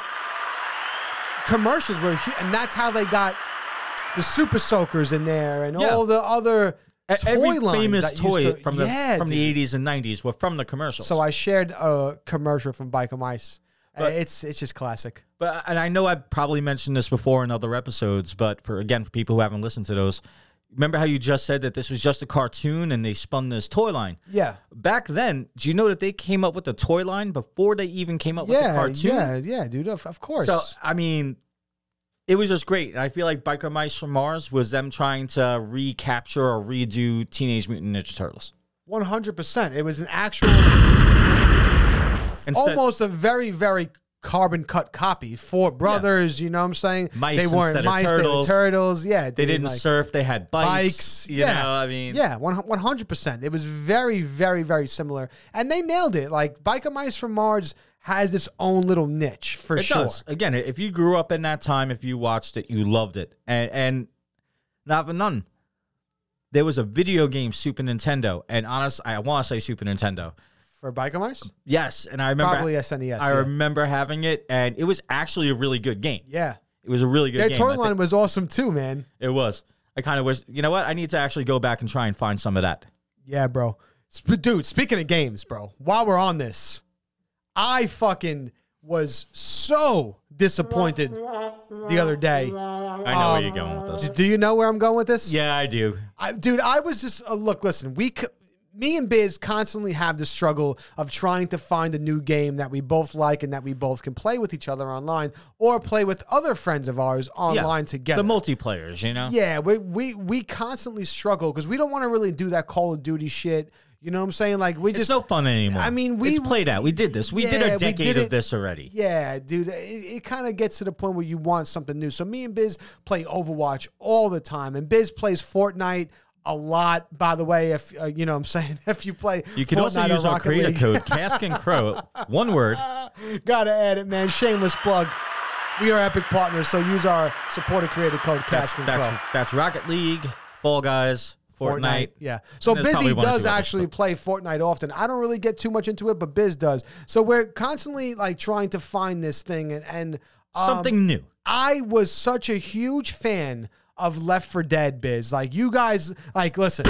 commercials were, hu- and that's how they got the Super Soakers in there and
Yeah.
all the other
E-
toy
Every
lines
famous
that
toy
used to,
from the
yeah,
from
dude.
the 80s and 90s were from the commercials.
So I shared a commercial from Bike Mice. Uh,
But-
it's it's just classic.
But uh, and I know I've probably mentioned this before in other episodes, but for again for people who haven't listened to those, remember how you just said that this was just a cartoon and they spun this toy line.
Yeah.
Back then, do you know that they came up with the toy line before they even came up with the
Yeah,
cartoon?
yeah, yeah, dude. Of, of course.
So I mean, it was just great. And I feel like Biker Mice from Mars was them trying to recapture or redo Teenage Mutant Ninja Turtles.
One hundred percent. It was an actual,
Instead,
almost a very, very carbon cut copy. Four brothers. You know what I'm saying?
Mice
they weren't
instead of
mice.
turtles.
They were turtles. Yeah.
they didn't
like,
surf. They had bikes.
bikes.
You
yeah.
know, I mean,
yeah, one hundred percent. It was very, very, very similar, and they nailed it. Like Biker Mice from Mars has its own little niche for
it
sure.
does. Again, if you grew up in that time, if you watched it, you loved it. And, and not for none. There was a video game Super Nintendo, and honest, I want to say Super Nintendo.
For Biker Mice,
Yes, and I remember
Probably SNES,
I
yeah.
remember having it, and it was actually a really good game.
yeah,
It was a really good
their
game. I
toy
think-
line was awesome too, man.
It was. I kind of wish. You know what? I need to actually go back and try and find some of that.
Yeah, bro. Sp- dude, speaking of games, bro, while we're on this, I fucking was so disappointed the other day.
I know where you're going with this.
Do you know where I'm going with this?
Yeah, I do.
I, dude, I was just uh, look. Listen, we, c- me and Biz, constantly have the struggle of trying to find a new game that we both like and that we both can play with each other online or play with other friends of ours
Yeah.
online together.
The multiplayers, you know?
Yeah, we we we constantly struggle because we don't want to really do that Call of Duty shit. You know what I'm saying? Like we
It's
just
no fun anymore.
I mean, we-
It's played out. We did this. We did
Yeah,
a
we
decade
did
of
it-
this already.
Yeah, dude, it, it kind of gets to the point where you want something new. So me and Biz play Overwatch all the time, and Biz plays Fortnite a lot. By the way, if uh, you know, what I'm saying if you play,
You can
Fortnite
also
or
use our
Rocket
creator
League,
code, Cask and Crow, one word.
Gotta add it, man. Shameless plug. We are epic partners, so use our supporter creator code
That's,
Cast and Crow.
that's, that's Rocket League, Fall Guys, Fortnite.
Yeah. So
there's probably
Busy
one or
does
two others,
actually play Fortnite often. I don't really get too much into it, but Biz does. So we're constantly like trying to find this thing and, and um,
Something new.
I was such a huge fan of Left for Dead Biz. Like you guys like listen.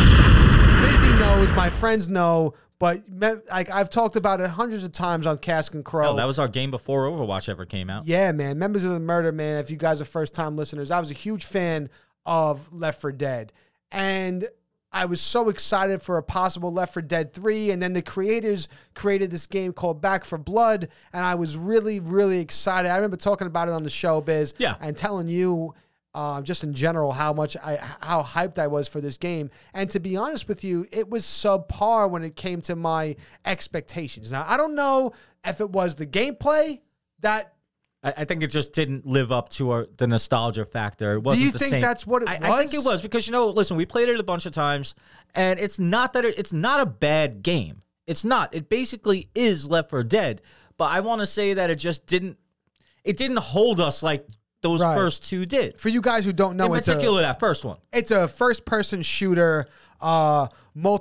Busy knows, my friends know, but me- like I've talked about it hundreds of times on Cask and Crow.
Oh, that was our game before Overwatch ever came out.
Yeah, man. Members of the Murder, man. If you guys are first time listeners, I was a huge fan of Left 4 Dead. And I was so excited for a possible Left 4 Dead 3. And then the creators created this game called Back for Blood. And I was really, really excited. I remember talking about it on the show, Biz.
Yeah.
And telling you. Uh, just in general, how much I, how hyped I was for this game, and to be honest with you, it was subpar when it came to my expectations. Now, I don't know if it was the gameplay that
I, I think it just didn't live up to our, the nostalgia factor. It wasn't
you
the
think
same.
that's what it
I, I think it
was?
was because you know, listen, we played it a bunch of times, and it's not that it, it's not a bad game. It's not. It basically is Left 4 Dead, but I want to say that it just didn't. It didn't hold us like those
Right.
first two did.
for you guys who don't know,
In
it's a
particular, that first one.
it's a first person shooter, uh,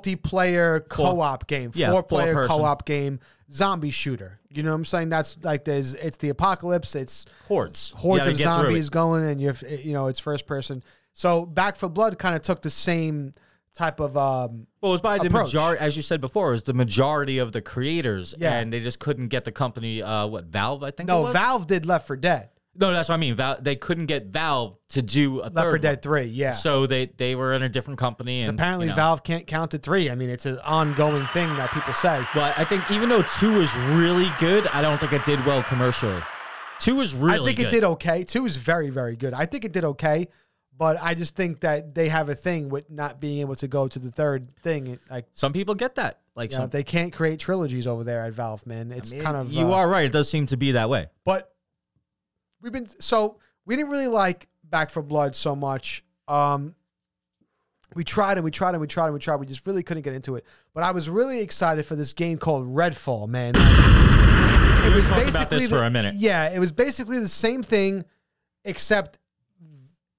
multiplayer co op game,
yeah,
four player
four-person.
co op game, zombie shooter. You know what I'm saying? That's like there's it's the apocalypse. It's
Hordes. You
hordes
gotta
of
get through
zombies
it.
going, and you're you know it's first person. So Back for Blood kind of took the same type of um,
Well, it's by the
approach.
majority, as you said before, it was the majority of the creators,
Yeah.
and they just couldn't get the company. Uh, what Valve? I think. it
no
was?
Valve did Left for Dead,
No, that's what I mean. Val- they couldn't get Valve to do a
Left
third
for
one.
Dead Three, yeah.
So they they were in a different company. And,
Apparently
you know.
Valve can't count to three. I mean, it's an ongoing thing that people say.
But I think even though two is really good, I don't think it did well commercially. Two is really.
I think it
good.
did okay. Two is very, very good. I think it did okay, but I just think that they have a thing with not being able to go to the third thing. Like
Some people get that. Like
you know,
some,
they can't create trilogies over there at Valve, man. It's kind of
you
uh,
are right. It does seem to be that way.
But we've been so we didn't really like Back for Blood so much. Um, we tried and we tried and we tried and we tried. We just really couldn't get into it. But I was really excited for this game called Redfall, man.
It was
basically
about this
the-
for a minute.
Yeah, it was basically the same thing, except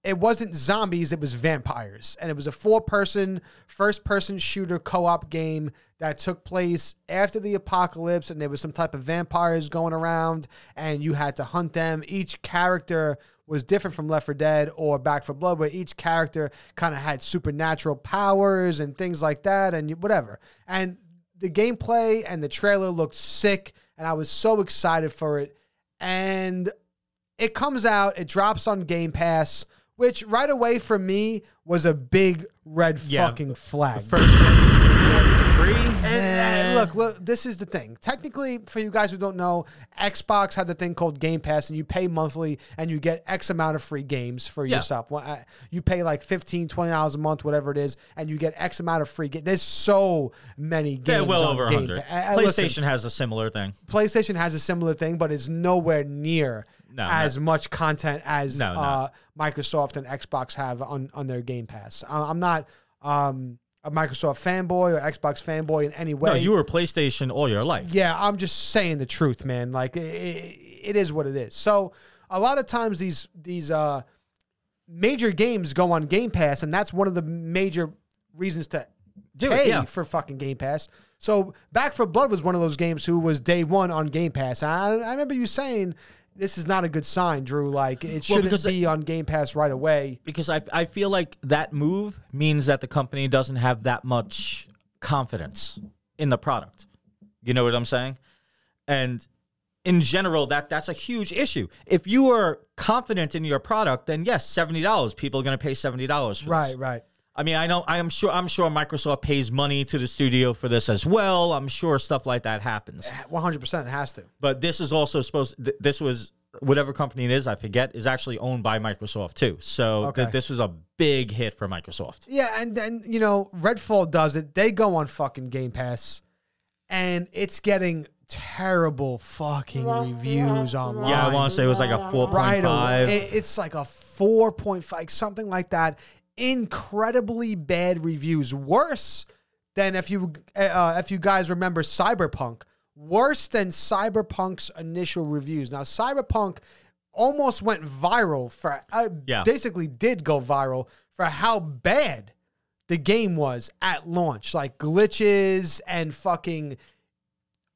it wasn't zombies; it was vampires, and it was a four-person, first-person shooter co-op game that took place after the apocalypse, and there was some type of vampires going around, and you had to hunt them. Each character was different from Left 4 Dead or Back for Blood, where each character kind of had supernatural powers and things like that, and you- whatever. And the gameplay and the trailer looked sick, and I was so excited for it. And it comes out, it drops on Game Pass, which right away for me was a big red
Yeah.
fucking flag.
First, three.
And,
eh.
uh, look, look, this is the thing. Technically, for you guys who don't know, Xbox had the thing called Game Pass, and you pay monthly and you get X amount of free games for
Yeah.
yourself. Well, I- You pay like 15 dollars a month, whatever it is, and you get X amount of free games. There's so many games.
Yeah, well
on
over
Game
100.
Pa- uh,
PlayStation
listen,
has a similar thing.
PlayStation has a similar thing, but it's nowhere near
No,
as much content as
No, no.
uh, Microsoft and Xbox have on, on their Game Pass. I- I'm not um, a Microsoft fanboy or Xbox fanboy in any way.
No, you were PlayStation all your life.
Yeah, I'm just saying the truth, man. Like it, it is what it is. So a lot of times these these uh major games go on Game Pass, and that's one of the major reasons to
Do it,
pay
yeah.
for fucking Game Pass. So Back for Blood was one of those games who was day one on Game Pass. I, I remember you saying this is not a good sign, Drew. Like it shouldn't
because
be on Game Pass right away.
Because I, I feel like that move means that the company doesn't have that much confidence in the product. You know what I'm saying? And in general, that that's a huge issue. If you are confident in your product, then yes, seventy dollars. People are going to pay seventy dollars. for this.
Right, right.
I mean, I know I am sure I'm sure Microsoft pays money to the studio for this as well. I'm sure stuff like that happens.
100% has to.
But this is also supposed th- this was whatever company it is, I forget, is actually owned by Microsoft too. So th-
Okay.
this was a big hit for Microsoft.
Yeah, and then you know, Redfall does it. They go on fucking Game Pass, and it's getting terrible fucking reviews online.
Yeah, I want to say it was like a 4.5.
right away. It- it's like a four point five, something like that. Incredibly bad reviews, worse than if you uh, if you guys remember Cyberpunk, worse than Cyberpunk's initial reviews. Now Cyberpunk almost went viral for uh,
Yeah.
basically did go viral for how bad the game was at launch, like glitches and fucking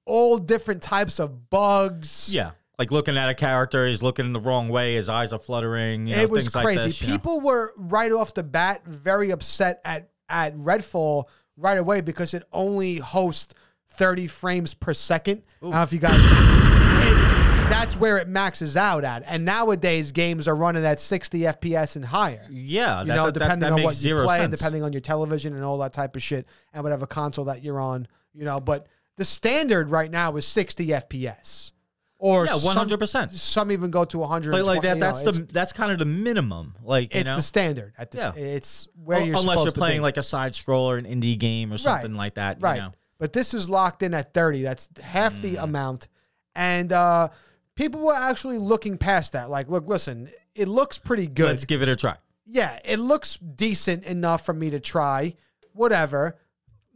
all different types of bugs.
Yeah. Like looking at a character, he's looking the wrong way, his eyes are fluttering, you know,
it was
things like
crazy.
this, you know.
People were right off the bat very upset at at Redfall right away because it only hosts 30 frames per second. I don't know if you guys. it- that's where it maxes out at. And nowadays, games are running at 60 FPS and higher.
Yeah,
You
that,
know,
that- that-
depending
that
on
makes
what you
zero
play,
sense.
depending on your television and all that type of shit, and whatever console that you're on, you know. But the standard right now is 60 FPS, or
Yeah,
some-
100%.
Some, even go to 100.
But like that that's the that's kind of the minimum. Like you
it's
know?
the standard at this.
Yeah.
It's where
Un-
you're
unless you're
supposed to
playing
be.
like a side scroller, an indie game or something like that.
right.
You know? Mm.
But this was locked in at 30. That's half the amount, and uh, people were actually looking past that. Like, look, listen, it looks pretty good.
Let's give it a try.
yeah, it looks decent enough for me to try. Whatever.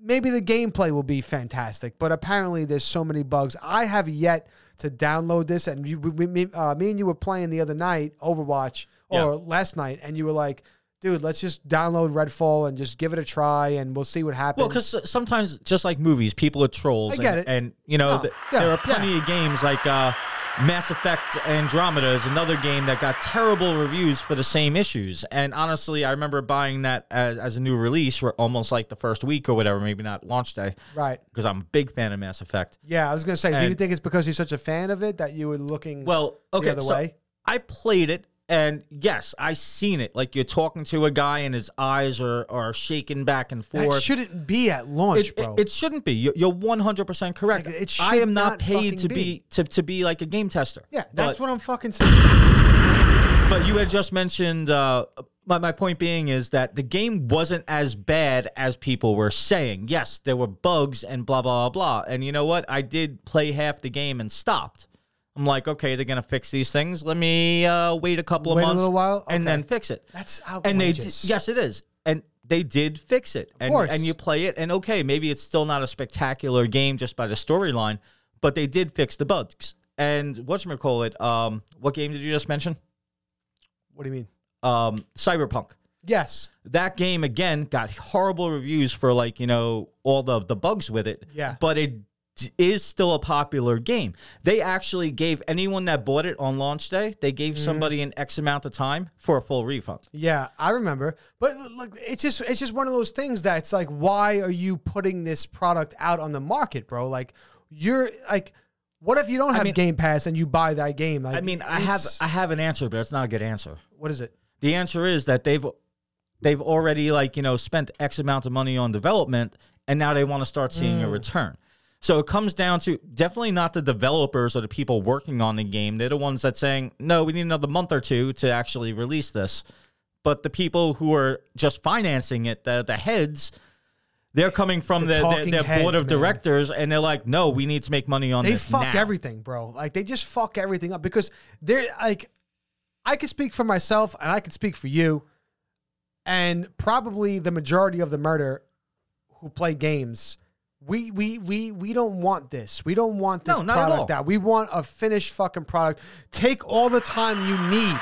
Maybe the gameplay will be fantastic, but apparently there's so many bugs. I have yet to download this, and you, we, me, uh, me and you were playing the other night Overwatch or
Yeah.
last night, and you were like, "Dude, let's just download Redfall and just give it a try, and we'll see what happens."
Well, because sometimes, just like movies, people are trolls.
I get
and,
it.
and you know,
No,
th-
yeah,
there are
yeah.
plenty of games like uh, Mass Effect Andromeda is another game that got terrible reviews for the same issues. And honestly, I remember buying that as, as a new release, where almost like the first week or whatever, maybe not launch day,
right?
because I'm a big fan of Mass Effect.
Yeah, I was gonna say, do you
And-
think it's because you're such a fan of it that you were looking?
Well, okay,
other
so
way?
I played it, and yes, I seen it. Like you're talking to a guy, and his eyes are are shaking back and
that
forth.
shouldn't be at launch,
it,
bro.
It, it shouldn't be. You're, you're 100% correct.
Like, it
I
should
am not,
not fucking
paid to
be.
be, to, to be like a game tester.
yeah, that's
but,
what I'm fucking saying.
But you had just mentioned. Uh, my, my point being is that the game wasn't as bad as people were saying. Yes, there were bugs and blah blah blah. blah. And you know what? I did play half the game and stopped. I'm like, okay, they're gonna fix these things. Let me uh, wait a couple of
Wait a
months
little while?
and
Okay.
then fix it.
That's
And they did,
outrageous.
yes, it is. And they did fix it. and,
course.
and you play it, and okay, maybe it's still not a spectacular game just by the storyline, but they did fix the bugs. And whatchamacallit, um, what game did you just mention?
What do you mean?
Um, Cyberpunk.
Yes.
That game again got horrible reviews for like, you know, all the the bugs with it.
Yeah.
But it d- is still a popular game. They actually gave anyone that bought it on launch day, they
Mm.
gave somebody an X amount of time for a full refund.
Yeah, I remember. But look, it's just it's just one of those things that it's like, why are you putting this product out on the market, bro? Like, you're like, what if you don't have
mean-
Game Pass and you buy that game? Like,
I mean, I have
it's-
I have an answer, but it's not a good answer.
what is it?
The answer is that they've they've already like you know spent X amount of money on development, and now they want to start seeing
Mm.
a return. So it comes down to definitely not the developers or the people working on the game. They're the ones that saying, "No, we need another month or two to actually release this." But the people who are just financing it, the the heads, they're coming from
The
the, their,
talking
their board
heads,
of
man.
directors, and they're like, "No, we need to make money on
They
this."
fuck
now."
everything, bro. Like they just fuck everything up because they're like, I could speak for myself and I could speak for you, and probably the majority of the murder who play games. We we we we don't want this. We don't want this
No, not at all.
product out. We want a finished fucking product. Take all the time you need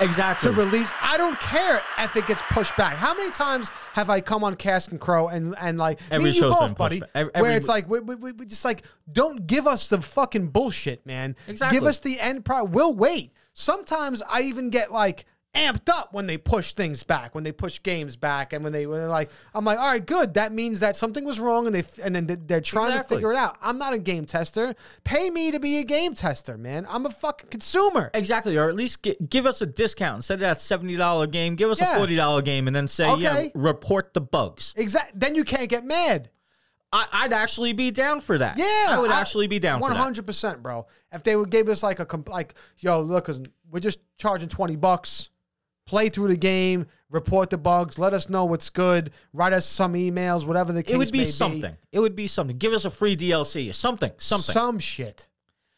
exactly.
to release. I don't care if it gets pushed back. How many times have I come on Cask and Crow and and like
Every
me and you
show's
both,
been pushed
buddy?
back. Ev-
where
every-
it's like we, we, we- we just like don't give us the fucking bullshit, man.
Exactly.
Give us the end product. We'll wait. Sometimes I even get like amped up when they push things back, when they push games back, and when they when they're like, I'm like, all right, good. That means that something was wrong, and they f- and then they- they're trying
Exactly.
to figure it out. I'm not a game tester. Pay me to be a game tester, man. I'm a fucking consumer.
Exactly, or at least gi- give us a discount instead of that seventy dollar game. Give us
Yeah.
a forty dollar game, and then say, "Yeah,
Okay.
report the bugs."
Exact. Then you can't get mad.
I, I'd actually be down for that.
Yeah,
I would actually be down
One
for that.
hundred percent, bro. If they would give us like a comp- like, yo, look, we we're just charging twenty bucks. Play through the game, report the bugs, let us know what's good, write us some emails, whatever the case
It would
may
be something. It would be something. Give us a free DLC or something, something.
some shit.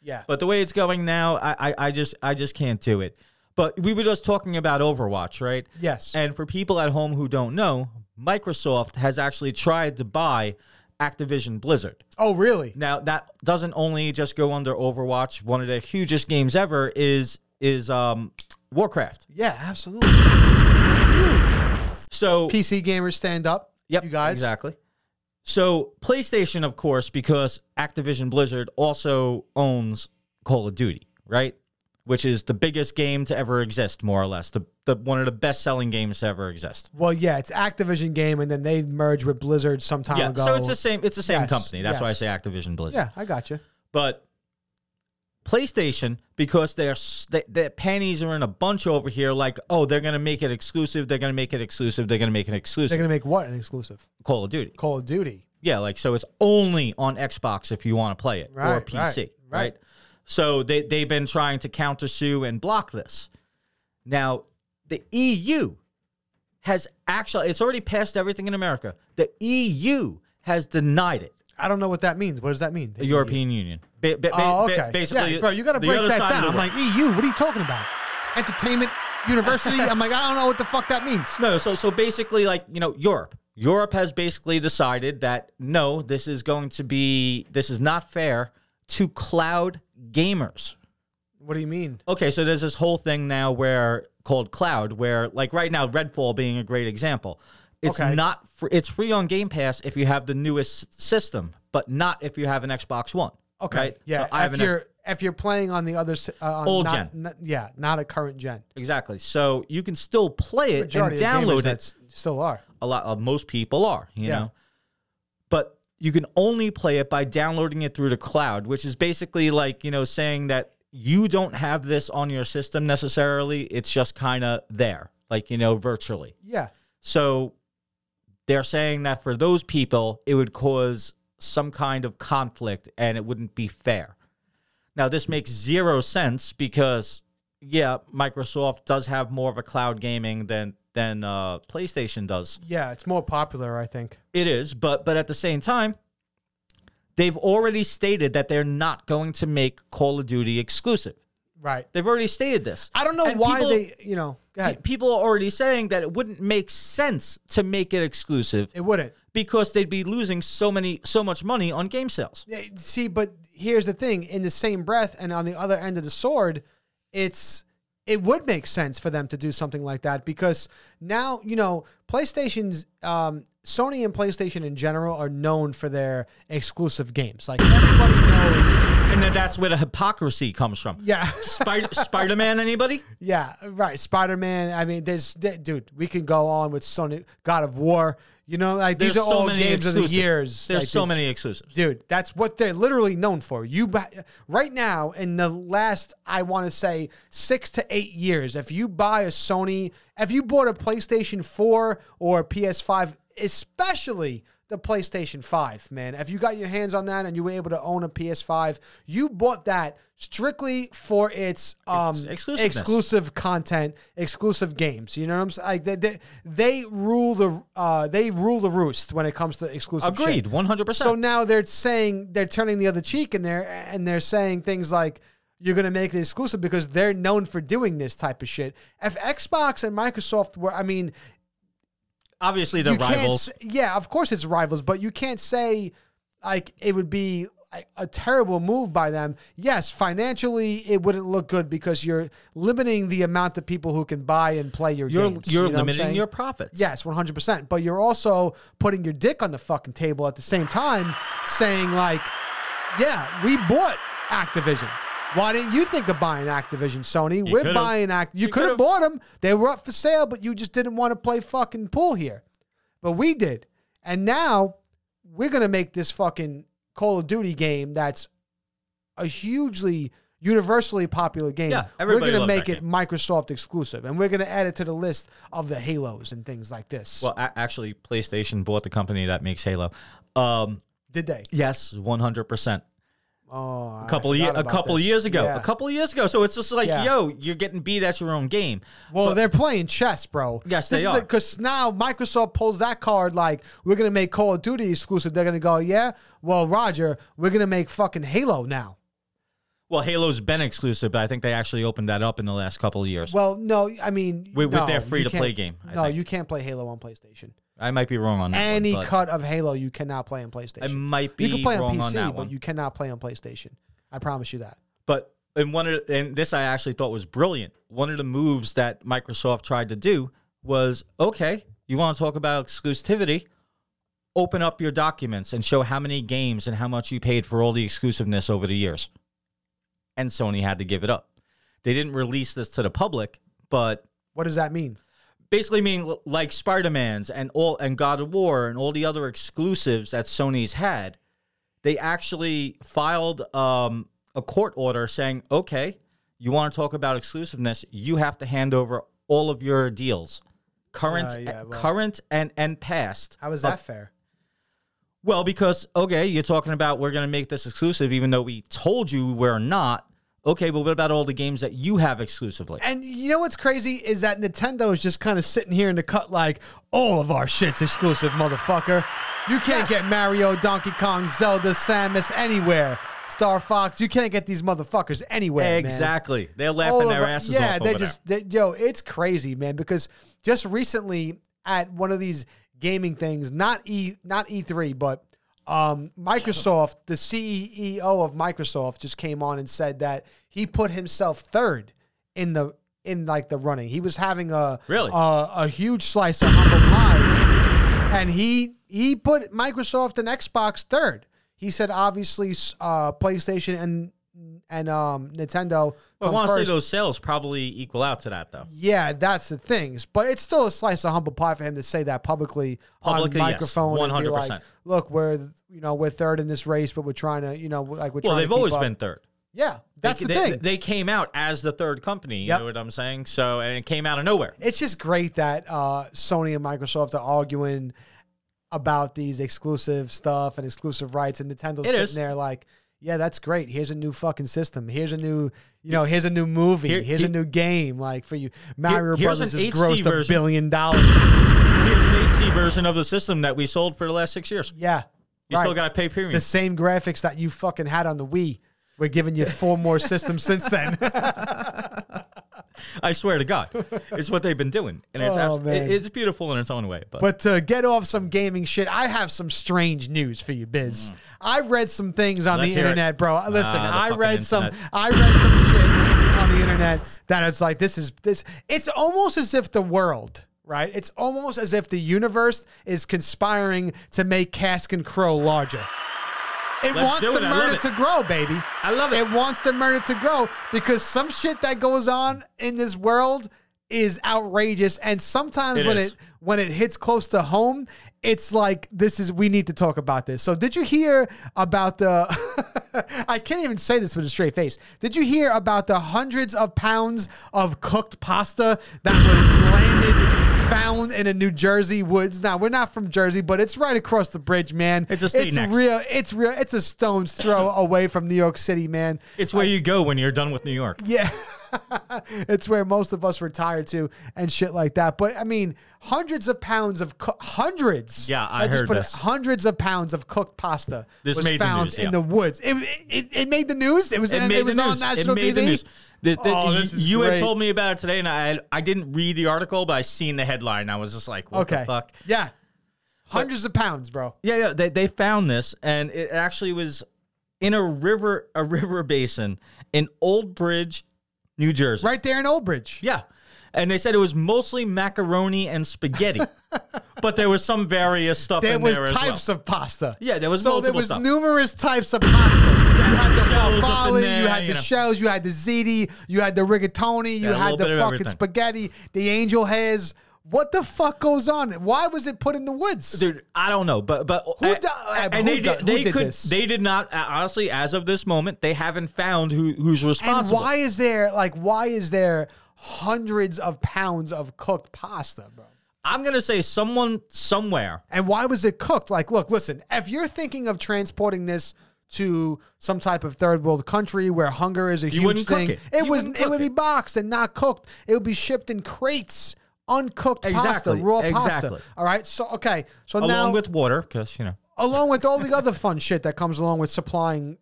Yeah,
but the way it's going now, I, I, I just, I just can't do it. But we were just talking about Overwatch, right?
Yes.
And for people at home who don't know, Microsoft has actually tried to buy Activision Blizzard.
oh, really?
Now that doesn't only just go under Overwatch. One of the hugest games ever is is um, Warcraft.
Yeah, absolutely.
So
PC gamers stand up.
Yep,
you guys.
exactly. So PlayStation, of course, because Activision Blizzard also owns Call of Duty, right? Which is the biggest game to ever exist, more or less. The, the one of the best selling games to ever exist.
Well, yeah, it's Activision game, and then they merged with Blizzard some time
Yeah.
ago.
So it's the same. It's the same
Yes,
company. That's why I
yes.
say Activision Blizzard.
Yeah, I got you.
But PlayStation, because they're they, their panties are in a bunch over here. Like, oh, they're gonna make it exclusive. They're gonna make it exclusive. They're gonna make it exclusive.
They're gonna make what an exclusive
Call of Duty.
Call of Duty.
Yeah, like so it's only on Xbox if you want to play it or
Right,
PC,
right,
right,
right.
So they they've been trying to counter sue and block this. Now, the EU has actually it's already passed everything in America. The EU has denied it.
I don't know what that means. What does that mean?
The European Union. Ba-
E
ba- ba-
Oh,
ba-
okay.
basically
yeah, bro, you got to
the
break
other
that
side of
down.
the
I'm like,
world.
EU, what are you talking about? Entertainment University? I'm like, I don't know what the fuck that means.
No, so so basically, like you know, Europe. Europe has basically decided that no, this is going to be this is not fair to cloud gamers.
What do you mean?
Okay, so there's this whole thing now where called cloud, where like right now, Redfall being a great example. It's
Okay.
not fr- it's free on Game Pass if you have the newest system, but not if you have an Xbox One.
Okay,
right?
yeah.
So I have
if
an
you're if you're playing on the other s- uh, on
Old
not,
gen.
not- yeah, not a current gen.
exactly. So you can still play it and
Majority of gamers
download
that
it.
s- still are.
A lot of most people are, you
Yeah.
know. But you can only play it by downloading it through the cloud, which is basically like, you know, saying that you don't have this on your system necessarily. It's just kind of there, like, you know, virtually.
Yeah,
So they're saying that for those people, it would cause some kind of conflict and it wouldn't be fair. Now, this makes zero sense because, yeah, Microsoft does have more of a cloud gaming than than uh, PlayStation does.
yeah. It's more popular, I think.
It is, but but at the same time, they've already stated that they're not going to make Call of Duty exclusive.
Right.
They've already stated this.
I don't know
And
why
people-
they. You know, go ahead.
people are already saying that it wouldn't make sense to make it exclusive
It wouldn't.
because they'd be losing so many so much money on game sales.
Yeah, see, but here's the thing: in the same breath, and on the other end of the sword, it's it would make sense for them to do something like that because now you know PlayStation's um, Sony and PlayStation in general are known for their exclusive games. Like everybody knows,
And then that's where the hypocrisy comes from.
yeah,
Spider Spider-Man anybody?
yeah, right. Spider Man. I mean, there's there- dude. We can go on with Sony God of War. You know, like
There's
these are
so
all
many
games of the
exclusive-
years.
There's
like,
so
these-
many exclusives.
dude that's what they're literally known for you buy, right now in the last i want to say six to eight years if you buy a sony if you bought a playstation 4 or a ps5 especially the PlayStation 5, man. If you got your hands on that and you were able to own a PS5, you bought that strictly for its um
exclusiveness.
exclusive content, exclusive games. You know what I'm saying? Like they, they, they rule the uh they rule the roost when it comes to exclusive shit.
Agreed, one hundred
So
percent.
now they're saying they're turning the other cheek and they're and they're saying things like you're gonna make it exclusive because they're known for doing this type of shit. If Xbox and Microsoft were, I mean,
Obviously, the
you
rivals.
can't. s- Yeah, of course it's rivals, but you can't say like it would be like, a terrible move by them. Yes, financially it wouldn't look good because you're limiting the amount of people who can buy and play your
You're
games.
you're
you know what I'm
limiting
saying?
your profits.
Yes, one hundred percent. But you're also putting your dick on the fucking table at the same time, saying like, "Yeah, we bought Activision. Why didn't you think of buying Activision, Sony? We're
could've.
buying Act. You, could have
could've.
bought them. They were up for sale, but you just didn't want to play fucking pool here. But we did, and now we're gonna make this fucking Call of Duty game that's a hugely universally popular game.
Yeah,
we're
everybody
gonna
loved that
make it
game.
Microsoft exclusive, and we're gonna add it to the list of the Halos and things like this.
Well, a- actually, PlayStation bought the company that makes Halo. Um,
Did they?
yes, one hundred percent.
Oh,
A couple
I
ye-
forgot
a
about
couple
this.
years ago.
Yeah.
A couple years ago. So it's just like,
Yeah.
yo, you're getting beat at your own game.
Well, they're playing chess, bro.
Yes,
this
they
is
are.
Because now Microsoft pulls that card like we're gonna make Call of Duty exclusive. They're gonna go, yeah. Well, Roger, we're gonna make fucking Halo now.
Well, Halo's been exclusive, but I think they actually opened that up in the last couple of years.
Well, no, I mean
With- with
no,
their
you
free-to-play
can't-
game, I
no,
think.
you can't play Halo on PlayStation.
I might be wrong on that.
Any
one, but
cut of Halo you cannot play on PlayStation.
I might be
you can play
wrong
on PC,
on that one.
but you cannot play on PlayStation. I promise you that.
but and one of the, and this I actually thought was brilliant. One of the moves that Microsoft tried to do was okay, you want to talk about exclusivity? Open up your documents and show how many games and how much you paid for all the exclusiveness over the years. And Sony had to give it up. They didn't release this to the public, but
What does that mean?
basically mean l- like Spider-Man's and all and God of War and all the other exclusives that Sony's had, they actually filed um, a court order saying, "Okay, you want to talk about exclusiveness, you have to hand over all of your deals, current,
Uh, yeah, well-
current and and past."
How is
Uh,
that fair?
well, because okay, you're talking about we're going to make this exclusive, even though we told you we're not. Okay, but what about all the games that you have exclusively?
And you know what's crazy is that Nintendo is just kind of sitting here in the cut, like all of our shit's exclusive, motherfucker. You can't get Mario, Donkey Kong, Zelda, Samus anywhere. Star Fox, you can't get these motherfuckers anywhere. man.
Exactly, they're laughing
All
their
of our-
asses
yeah, they
off. over there.
just they- yo, it's crazy, man. Because just recently at one of these gaming things, not e not E three, but um, Microsoft, the CEO of Microsoft, just came on and said that he put himself third in the in like the running. He was having a
Really?
a, a huge slice of humble pie and he he put Microsoft and Xbox third. He said obviously uh, PlayStation and and um, Nintendo.
I
come
want to say
first.
those sales probably equal out to that though.
Yeah, that's the things. But it's still a slice of humble pie for him to say that publicly,
Publicly,
on
yes,
microphone. and be
100%.
Like, Look, we're you know we're third in this race, but we're trying to you know like we're
Well,
trying.
they've
to keep
always
up.
been third.
Yeah, that's
they,
the
they-
thing.
They came out as the third company. You
Yep.
know what I'm saying? So and it came out of nowhere.
it's just great that uh, Sony and Microsoft are arguing about these exclusive stuff and exclusive rights, and Nintendo's
It
sitting
is.
there like, "Yeah, that's great. Here's a new fucking system. Here's a new, you know, here's a new movie.
Here-
here's a
here-
new game. Like for you, Mario
here's
Brothers
an
has
HD
grossed a
version.
billion dollars.
Here's an HC version of the system that we sold for the last six years.
Yeah,
You
right.
still got to pay premium.
the same graphics that you fucking had on the Wii. We're giving you four more systems since then.
I swear to God, it's what they've been doing, and it's
Oh,
abs-
man.
it- it's beautiful in its own way. But,
But to get off some gaming shit, I have some strange news for you, Biz. I read some things on
Mm.
the
Let's hear it.
internet, bro. Listen,
Ah, the
I
fucking
read some
internet.
I read some shit on the internet that it's like this is this it's almost as if the world Right, it's almost as if the universe is conspiring to make Cask and Crow larger. It
Let's
wants
do
the
it. I love
murder
it.
to grow, baby.
I love it.
It wants the murder to grow because some shit that goes on in this world is outrageous, and sometimes
It
when
is.
it when it hits close to home, it's like this is we need to talk about this. So did you hear about the I can't even say this with a straight face. Did you hear about the hundreds of pounds of cooked pasta that was landed found in a New Jersey woods. Now we're not from Jersey, but it's right across the bridge, man.
It's a state
It's
next.
real. It's real. It's a stone's throw away from New York City, man.
It's where you go when you're done with New York.
Yeah. it's where most of us retire to and shit like that. But I mean, hundreds of pounds of co- hundreds.
Yeah, I
Let's just
heard
put it-
this.
hundreds of pounds of cooked pasta
This
was
made the
found
news,
in
yeah.
the woods. It, it, it made the news. It was,
It
and
made
it was
the
on
news.
national
it made
TV.
The news. The- the-
Oh,
y-
this is
you
great.
had told me about it today, and I I didn't read the article, but I seen the headline. I was just like, "What
Okay.
the fuck?"
Yeah. Hundreds of pounds, bro.
Yeah, yeah. They they found this, and it actually was in a river a river basin in Old Bridge, New Jersey.
Right there in Old Bridge.
Yeah. And they said it was mostly macaroni and spaghetti, but there was some various stuff
There
in
was
there as well.
types of pasta.
Yeah, there was
so there
multiple
was
stuff.
numerous types of pasta. You had the
shells up in
farfalle, you
there,
had
you
the
know.
shells, you had the ziti, you had the rigatoni, you
Yeah, a
had
little
the
bit of
fucking
everything.
spaghetti, the angel hairs. What the fuck goes on? Why was it put in the woods?
dude. I don't know, but but
Who
uh,
di- uh,
and
who di-
they did,
who
they
did
could
this?
they did not uh, honestly as of this moment they haven't found who who's
and
responsible.
why is there like why is there hundreds of pounds of cooked pasta, bro?
I'm gonna say someone somewhere.
And why was it cooked? Like, look, listen, if you're thinking of transporting this to some type of third world country where hunger is a huge
wouldn't cook
thing,
it. You
was
wouldn't
it
cook
would be
it.
boxed and not cooked. It would be shipped in crates, uncooked
Exactly,
pasta, raw
exactly.
pasta. All right. So okay. So now
Along with water, because you know,
along with all the other fun shit that comes along with supplying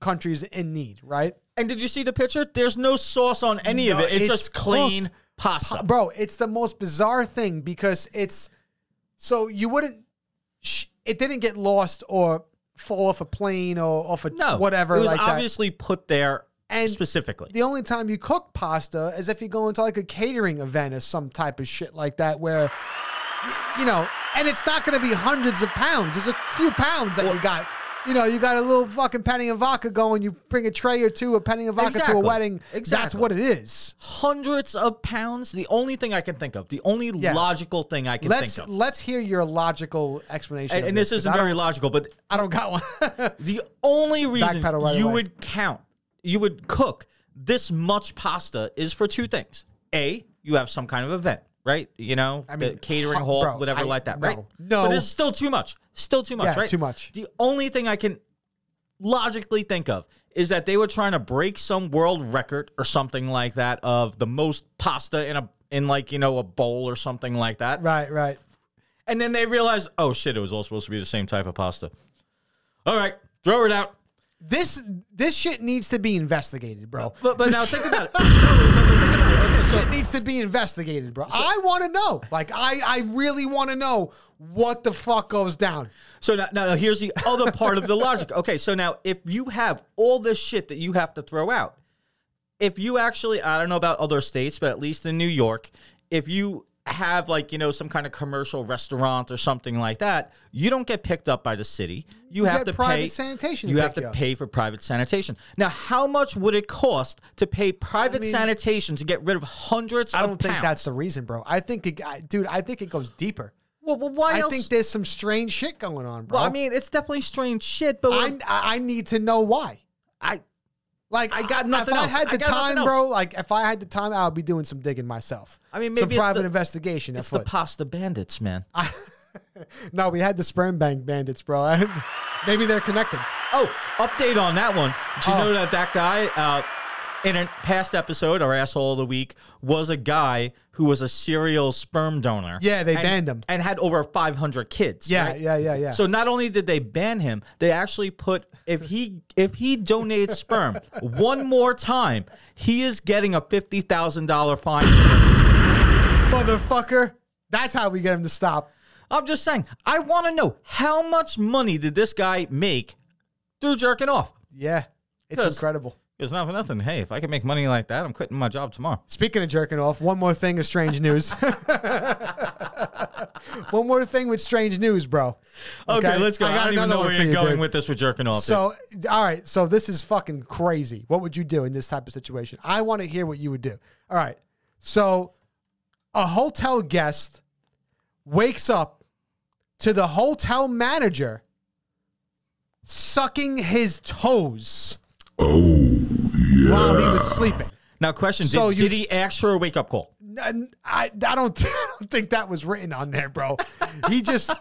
countries in need, right?
and did you see the picture? There's no sauce on any of
No,
it. It's,
it's
just clean
cooked
pasta.
bro it's the most bizarre thing because it's so you wouldn't sh- it didn't get lost or fall off a plane or off a
no,
whatever
It was
like that
obviously put there
And
specifically.
the only time you cook pasta is if you go into like a catering event or some type of shit like that where you know and it's not going to be hundreds of pounds there's a few pounds that you got you know, you got a little fucking penny of vodka going. You bring a tray or two, a penny of vodka to a
Exactly.
wedding. That's
Exactly.
what it is.
Hundreds of pounds. The only thing I can think of. The only
Yeah.
logical thing I can
Let's
think of.
let's hear your logical explanation.
And,
of
and this
'cause
isn't
I don't-
very logical, but
I don't got one.
The only reason
Backpedal right
you
away.
would count, you would cook this much pasta is for two things. A, you have some kind of event, right? You know, I
mean,
catering
hu-
hall,
bro,
whatever
I-
like that,
no,
right?
no.
But it's still too much. Still too much,
Yeah,
right?
too much.
The only thing I can logically think of is that they were trying to break some world record or something like that of the most pasta in a in like, you know, a bowl or something like that.
right, right.
And then they realized, oh shit, it was all supposed to be the same type of pasta. All right, throw it out.
This this shit needs to be investigated, bro.
But but now think about it. No, but- but think about it. Okay, so
Shit needs to be investigated, bro. I want to know. Like I I really want to know what the fuck goes down.
so now, now here's the other part of the logic. Okay, so now if you have all this shit that you have to throw out, if you actually I don't know about other states, but at least in New York, if you have like you know some kind of commercial restaurant or something like that, you don't get picked up by the city. You, have
get
to
private
pay
sanitation to
You have
pick
to
you up.
pay for private sanitation. Now, how much would it cost to pay private
mean-
sanitation to get rid of hundreds?
I
of
don't think
pounds?
that's the reason, bro. I think it, I, dude, I think it goes deeper.
well. well, why
I
else?
think there's some strange shit going on, bro.
well, I mean, it's definitely strange shit, but
I,
when-
I I need to know why.
I
Like
I got nothing
If I
else.
had
I
the
got nothing
time, bro, like if I had the time, I would be doing some digging myself.
I mean,
some
maybe it's
private
the-
investigation.
It's the
afoot.
pasta bandits, man.
No, we had the sperm bank bandits, bro. Maybe they're connected.
oh, update on that one. Did you
Oh.
know that that guy uh, in a past episode, our asshole of the week, was a guy who was a serial sperm donor?
Yeah, they
and-
banned him.
and had over 500 kids.
Yeah,
right?
yeah, yeah, yeah.
So not only did they ban him, they actually put if he if he donates sperm one more time, he is getting a fifty thousand dollar fine.
motherfucker. That's how we get him to stop.
I'm just saying, I want to know how much money did this guy make through jerking off?
Yeah, it's
Yes.
incredible.
It's not for nothing. Hey, if I can make money like that, I'm quitting my job tomorrow.
Speaking of jerking off, one more thing of strange news. one more thing with strange news, bro.
Okay,
Okay,
let's go.
I
I,
got
don't even
another
know
one
where
for
you're
you,
going
dude.
with this with jerking off.
So, all right. So this is fucking crazy. What would you do in this type of situation? I want to hear what you would do. All right. So, a hotel guest wakes up to the hotel manager sucking his toes. While he was sleeping.
now, question:
So
did,
you-
did he ask for a wake up call?
n- I, I don't I don't think that was written on there, bro. He just I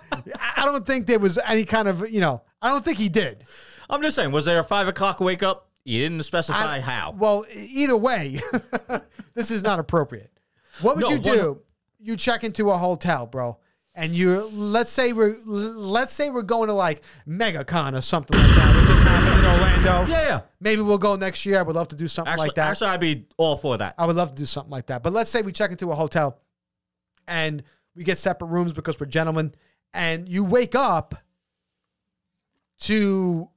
I don't think there was any kind of you know I don't think he did.
I'm just saying, was there a five o'clock wake up? You didn't specify
I-
how.
Well, e- either way, this is not appropriate. What would
No,
you do? You check into a hotel, bro, and you let's say we're let's say we're going to like MegaCon or something like that, which just happened in Orlando.
yeah, yeah.
Maybe we'll go next year. I would love to do something
Actually,
like that. Uh,
actually, I'd be all for that.
I would love to do something like that. But let's say we check into a hotel and we get separate rooms because we're gentlemen, and you wake up to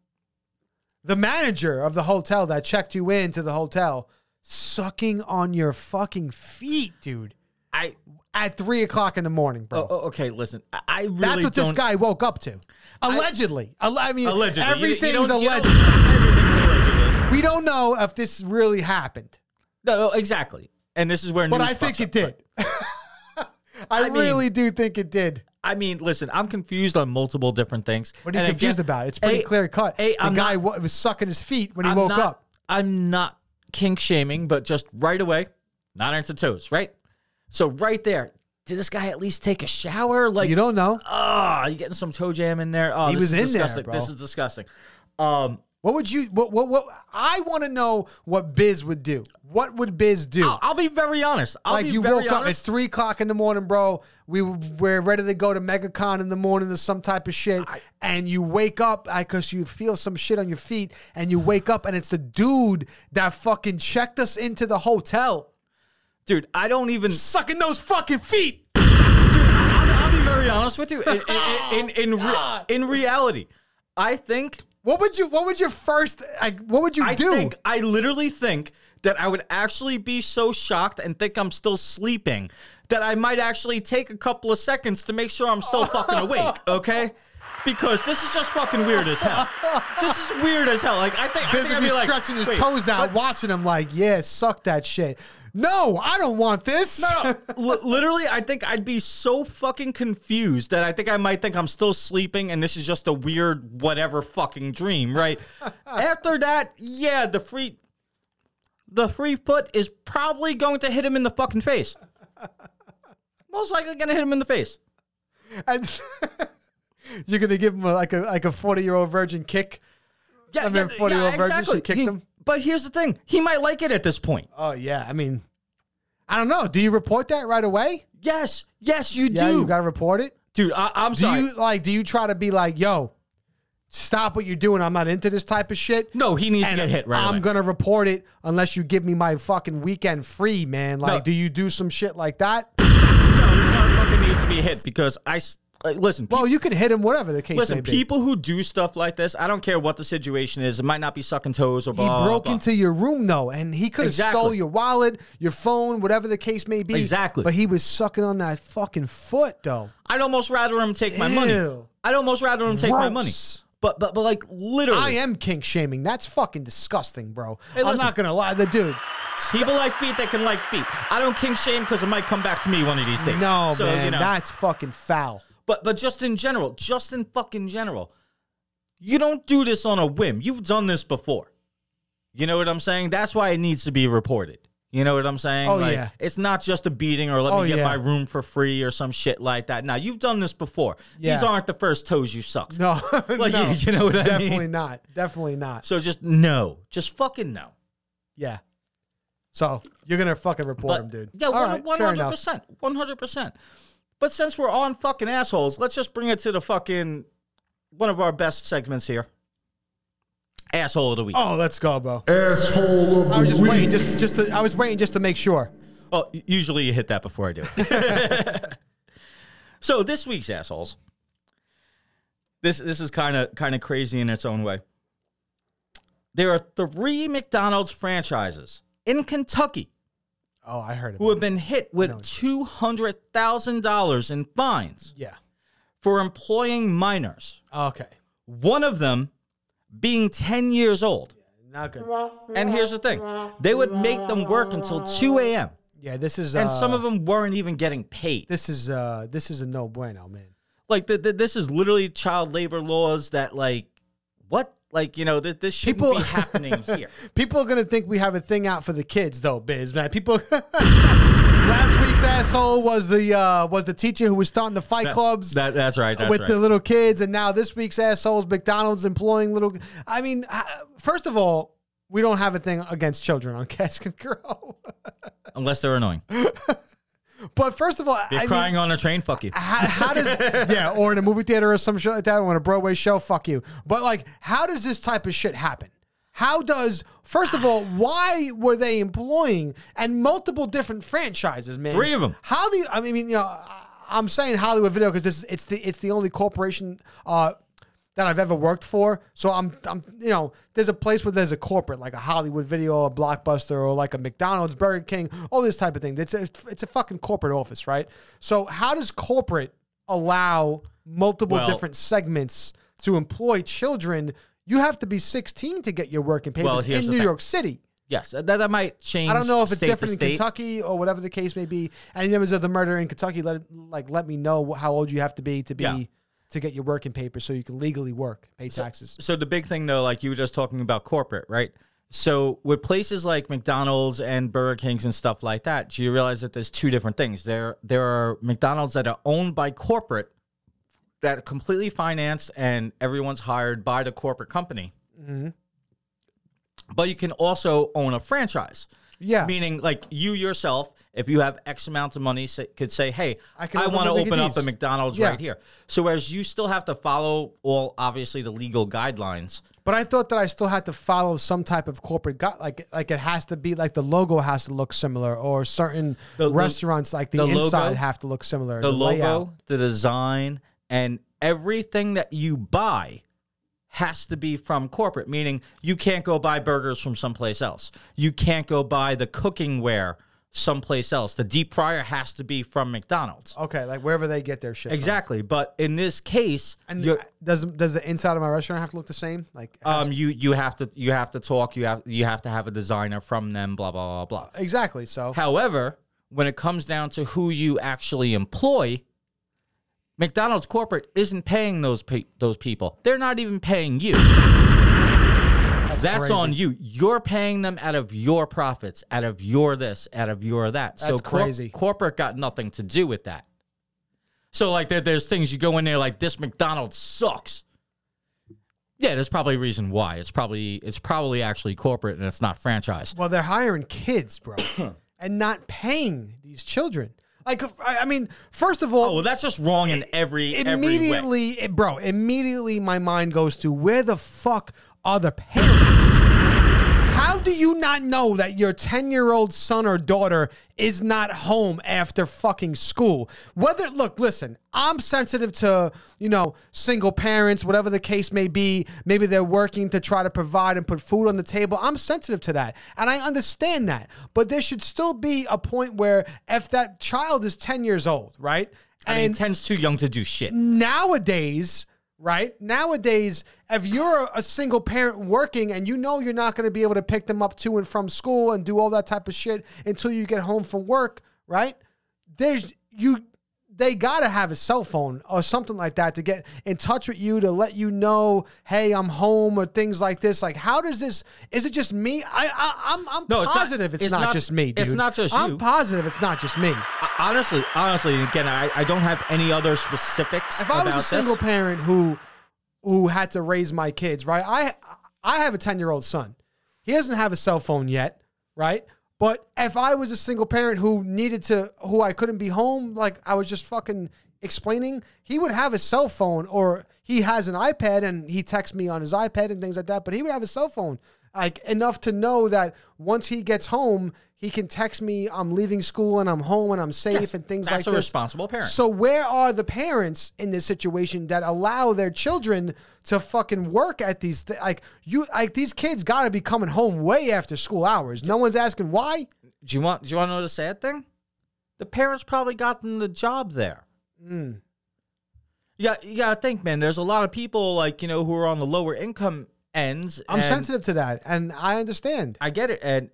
the manager of the hotel that checked you into the hotel sucking on your fucking feet, dude,
I
at three o'clock in the morning, bro.
oh, oh, okay. Listen, I- I really
That's what
don't,
this guy woke up to. Allegedly. Alle- I, mean,
allegedly. You- you
everything's
don't- you don't-
alleged.
everything's allegedly.
we don't know if this really happened.
No, no, exactly. And this is where.
But
news
I think
fucks
it
up.
did. I,
mean-
really do think it did.
I mean, listen, I'm confused on multiple different things.
What are you
And
confused
again-
about? It's pretty
A-
clear cut.
A,
the
I'm
guy
not-
wa- was sucking his feet when he
I'm
woke
not-
up.
I'm not kink shaming, but just right away, not into toes, right? So right there, did this guy at least take a shower? Like
You don't know.
ah, you getting some toe jam in there? Oh,
He
this
was
is
in there,
disgusting.
bro.
This is disgusting. Um,
What would you? What? What? what I want to know what Biz would do. What would Biz do?
I'll, I'll be very honest. I'll
like
be
you
very
woke up, it's
honest.
three o'clock in the morning, bro. We were- we're ready to go to MegaCon in the morning or some type of shit, and you wake up because you feel some shit on your feet, and you wake up and it's the dude that fucking checked us into the hotel
dude. I don't even.
sucking those fucking feet.
I'll, I'll be very honest with you. In in in, in, re- in reality, I think
What would you? What would your first? Like, what would you
I
do?
think I literally think that I would actually be so shocked and think I'm still sleeping that I might actually take a couple of seconds to make sure I'm still fucking awake, okay? Because this is just fucking weird as hell. This is weird as hell. Like I think I think I'd
Basically
be like,
stretching his
wait,
toes out, watching him like, yeah, suck that shit. No, I don't want this.
No, no. Li- literally, I think I'd be so fucking confused that I think I might think I'm still sleeping and this is just a weird whatever fucking dream, right? After that, yeah, the free the free foot is probably going to hit him in the fucking face. Most likely gonna hit him in the face.
And you're gonna give him a, like a like a forty year old virgin kick.
Yeah,
And then 40-year-old virgin, she kicked
He-
him?
But here's the thing: he might like it at this point.
Oh yeah, I mean, I don't know. Do you report that right away?
Yes, yes, you
Yeah,
do,
you gotta report it.
dude. I, I'm
Do
sorry.
you like? Do you try to be like, yo, stop what you're doing? I'm not into this type of shit.
no, he needs to get hit right
I'm
away.
gonna report it unless you give me my fucking weekend free, man. Like,
No.
do you do some shit like that?
No, this motherfucker needs to be hit because I s- like, listen.
Well, you can hit him, whatever the case may
Listen,
be.
people who do stuff like this, I don't care what the situation is. It might not be sucking toes or
He
blah,
broke
blah, blah.
into your room though, and he could have
Exactly.
stole your wallet, your phone, whatever the case may be.
Exactly.
But he was sucking on that fucking foot though.
I'd almost rather him take my money.
Ew.
I'd almost rather him take my money.
Gross.
But but but like literally,
I am kink shaming. That's fucking disgusting, bro. I'm
listen.
not gonna lie, the dude.
people like feet that can like feet. I don't kink shame because it might come back to me one of these days.
No
so,
man,
You know,
that's fucking foul.
but but just in general, just in fucking general, you don't do this on a whim. You've done this before. You know what I'm saying? That's why it needs to be reported. You know what I'm saying?
Oh,
like,
yeah.
It's not just a beating or let
Oh,
me get
yeah.
my room for free or some shit like that. Now, you've done this before. These
Yeah.
aren't the first toes you sucked.
No,
Like,
no.
you- you know what I mean?
Definitely not. Definitely not.
So just no. Just fucking no.
Yeah. So you're gonna fucking report him, dude.
Yeah,
All
one
right, fair
hundred
enough.
percent, one hundred percent. But since we're on fucking assholes, let's just bring it to the fucking one of our best segments here. Asshole of the week.
Oh, let's go, bro.
Asshole of
I was just waiting, just just to, I was waiting just to make sure.
Well, u- Oh, usually you hit that before I do it. so this week's assholes. This this is kind of kind of crazy in its own way. There are three McDonald's franchises in Kentucky
Oh, I heard it.
who have been hit with two hundred thousand dollars in fines
Yeah.
for employing minors.
Okay.
One of them being ten years old.
Not good.
And here's the thing: they would make them work until two a.m.
Yeah, this is
And
uh,
some of them weren't even getting paid.
this is uh this is a no bueno, man.
like th- th- this is literally child labor laws that like what like you know th- this shouldn't
People-
be happening here
People are gonna think we have a thing out for the kids, though, Biz. Man, people. Last week asshole was the uh, was the teacher who was starting the fight
That-
clubs
That, that's right. That's
with
right.
the little kids, and now this week's assholes McDonald's employing little. I mean, uh, first of all, we don't have a thing against children on Cask and Grow,
Unless they're annoying. If
but first of all,
you're
I mean,
crying on a train, fuck you.
how, how does yeah or in a movie theater or some shit like that or on a broadway show fuck you but like how does this type of shit happen how does first of all why were they employing and multiple different franchises man
Three of 'em.
how do you i mean you know I- i'm saying hollywood video because this it's the it's the only corporation uh that I've ever worked for, so I'm, I'm, you know, there's a place where there's a corporate like a Hollywood Video, a Blockbuster, or like a McDonald's, Burger King, all this type of thing. It's a, it's a fucking corporate office, right? So how does corporate allow multiple
Well-
different segments to employ children? You have to be 16 to get your working papers
Well, here's
in
the
New
thing.
York City.
Yes, that, that might change.
I don't know if it's
state to
different in
state.
Kentucky or whatever the case may be. Any members of the murder in Kentucky, let like let me know how old you have to be to be
Yeah.
to get your working papers so you can legally work, pay taxes.
So the big thing though, like you were just talking about corporate, right? So with places like McDonald's and Burger Kings and stuff like that, do you realize that there's two different things? There there are McDonald's that are owned by corporate that are completely financed and everyone's hired by the corporate company. But you can also own a franchise.
Yeah.
Meaning, like you yourself, if you have X amount of money, say, could say, "Hey,
I
I,
can open
want to
a
open up
McAdee's."
a McDonald's
Yeah.
right here." So, whereas you still have to follow all obviously the legal guidelines,
But I thought that I still had to follow some type of corporate gu like like it has to be like the logo has to look similar or certain
The- the-
restaurants like the,
the logo-
inside have to look similar.
the, logo,
layout.
the design, and everything that you buy has to be from corporate. Meaning, you can't go buy burgers from someplace else. You can't go buy the cooking ware someplace else. The deep fryer has to be from McDonald's.
Okay, like wherever they get their shit. from.
Exactly, but in this case,
And
you're-
does does the inside of my restaurant have to look the same? Like
um, you you have to you have to talk. You have you have to have a designer from them. Blah blah blah blah.
exactly. So
However, when it comes down to who you actually employ, McDonald's corporate isn't paying those pe- those people. They're not even paying you. That's,
crazy.
on you. You're paying them out of your profits, out of your this, out of your that. so
That's
cor-
crazy.
corporate got nothing to do with that. So like there, there's things you go in there like this McDonald's sucks. Yeah, there's probably a reason why. It's probably it's probably actually corporate and it's not franchise.
well, they're hiring kids, bro, and not paying these children. Like I I mean, first of all,
Oh, well, that's just wrong in every every way.
immediately, it- bro. Immediately, my mind goes to where the fuck are the parents? How do you not know that your ten-year-old son or daughter is not home after fucking school? Whether look, listen, I'm sensitive to you know single parents, whatever the case may be. Maybe they're working to try to provide and put food on the table. I'm sensitive to that, and I understand that. But there should still be a point where if that child is ten years old, right?
I mean, ten's too young to do shit.
nowadays, right? Nowadays, if you're a single parent working and you know you're not going to be able to pick them up to and from school and do all that type of shit until you get home from work, right? There's you they got to have a cell phone or something like that to get in touch with you to let you know, "Hey, I'm home" or things like this. Like how does this is it just me? I, I I'm I'm
No, it's not-
positive it's,
it's
not,
not-
just me, dude.
it's not just
I'm
you.
positive it's not just me.
I- Honestly, honestly, and again, I, I don't have any other specifics.
if I was
about
a single
this.
parent who who had to raise my kids, right? I I have a 10-year-old son. He doesn't have a cell phone yet, right? But if I was a single parent who needed to who I couldn't be home, like I was just fucking explaining, he would have a cell phone or he has an iPad and he texts me on his iPad and things like that, but he would have a cell phone. Like enough to know that once he gets home, he can text me, I'm leaving school and I'm home and I'm safe and things
that's
like
a
this.
responsible parent.
So where are the parents in this situation that allow their children to fucking work at these th- like you like these kids got to be coming home way after school hours. No one's asking why.
do you want do you want to know the sad thing? The parents probably got them the job there.
Hmm.
Yeah, you gotta think, man. There's a lot of people like you know who are on the lower income ends.
I'm
and
sensitive to that and I understand.
I get it, and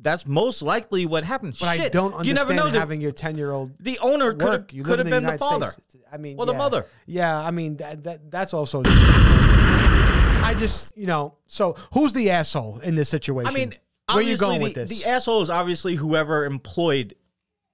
that's most likely what happened.
But I
Shit,
don't understand
You never know. The,
having your 10-year-old
the owner could have
work. You
could
live in the
have been the
United
father.
States. I mean,
Or the
yeah.
mother.
Yeah, I mean that, that that's also I just, you know, so who's the asshole in this situation?
I mean,
where you
obviously
going
the,
with this?
The asshole is obviously whoever employed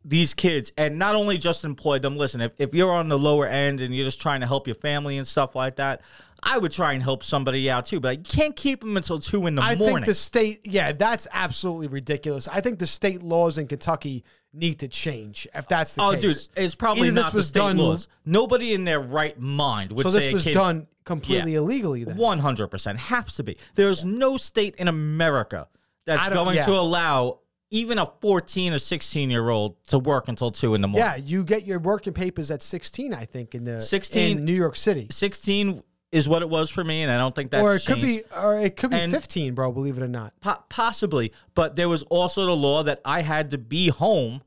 these kids and not only just employed them. Listen, if, if you're on the lower end and you're just trying to help your family and stuff like that, I would try and help somebody out too, but I can't keep them until two in the
I
morning.
think the state, yeah, that's absolutely ridiculous. I think the state laws in Kentucky need to change if that's the
oh,
case.
dude, it's probably
Either this
not the
was
state
done,
laws. Nobody in their right mind would
So
say
this
a
was
kid-
done completely
Yeah.
illegally then.
100% has to be. There's no state in America
I
that's
don't-
going
yeah.
to allow even a 14 or 16 year old to work until 2 in the morning.
Yeah, you get your working papers at 16, I think, in the
16
in New York City.
16 is what it was for me, and I don't think that's
Or it could
changed.
be or it could be
And-
15, bro, believe it or not.
Po- possibly, but there was also the law that I had to be home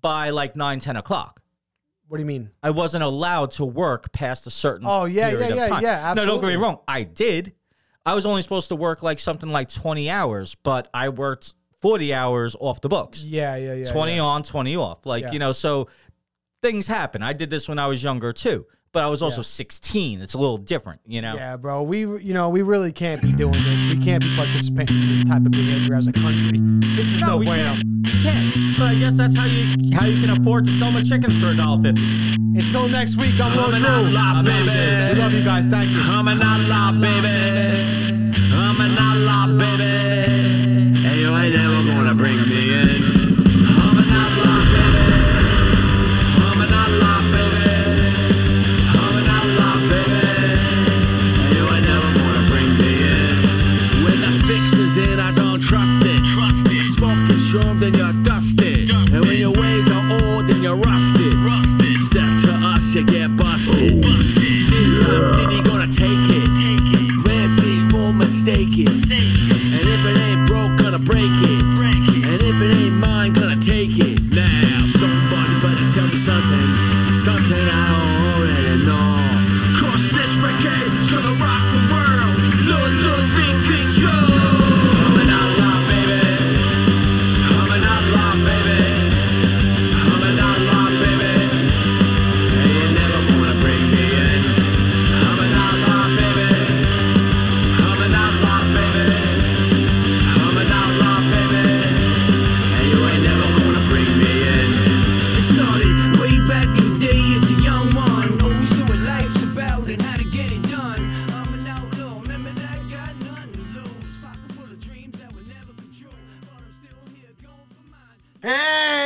by like 9, 10 o'clock.
What do you mean?
I wasn't allowed to work past a certain
Oh, yeah,
period
yeah,
of
yeah,
time.
yeah,
No, don't get
absolutely.
me wrong. I did. I was only supposed to work like something like 20 hours, but I worked 40 hours off the books.
Yeah, yeah, yeah.
20
yeah.
on, 20 off. Like,
Yeah.
you know, so things happen. I did this when I was younger too, but I was also 16. It's a little different, you know?
Yeah, bro. We you know, we really can't be doing this. We can't be participating in this type of behavior as a country. This is no,
No, we
way.
can't. We can't. But I guess that's how you how you can afford to sell my chickens for a dollar fifty.
Until next week, I'm Lil
Coming out
Drew.
live,
We
baby.
love you guys. Thank you.
I'm an outlaw, baby. I'm an outlaw, baby. Hey, you ain't never gonna bring me in. I'm an outlaw, baby. I'm an outlaw, baby. I'm an outlaw, baby. Hey, you ain't never gonna bring me in. When the fix is in, I don't trust it. Trust it. Smoke is strong, then you're dusted. And when your ways are old, then you're rusted. rusted. Step to us, you get busted. This hot city gonna take it. Red seat won't mistake it. And if it ain't broke, gonna break it. And if it ain't mine, gonna take it. Now, somebody better tell me something. Something I already know. Cause this recade's gonna rock the world. Lords of in control. I'm an outlaw, baby. I'm an outlaw, baby. I'm an outlaw, baby. Hey, you never wanna bring me in. I'm an outlaw, baby. I'm an outlaw, baby. I'm an outlaw, baby. Hey, you ain't never gonna bring me in. It started way back in day as a young one. Always knew what life's about and how to get it done. I'm an outlaw, remember that? Got nothing to lose. Pocket full of dreams that were never controlled, but I'm still here going for mine.
Hey!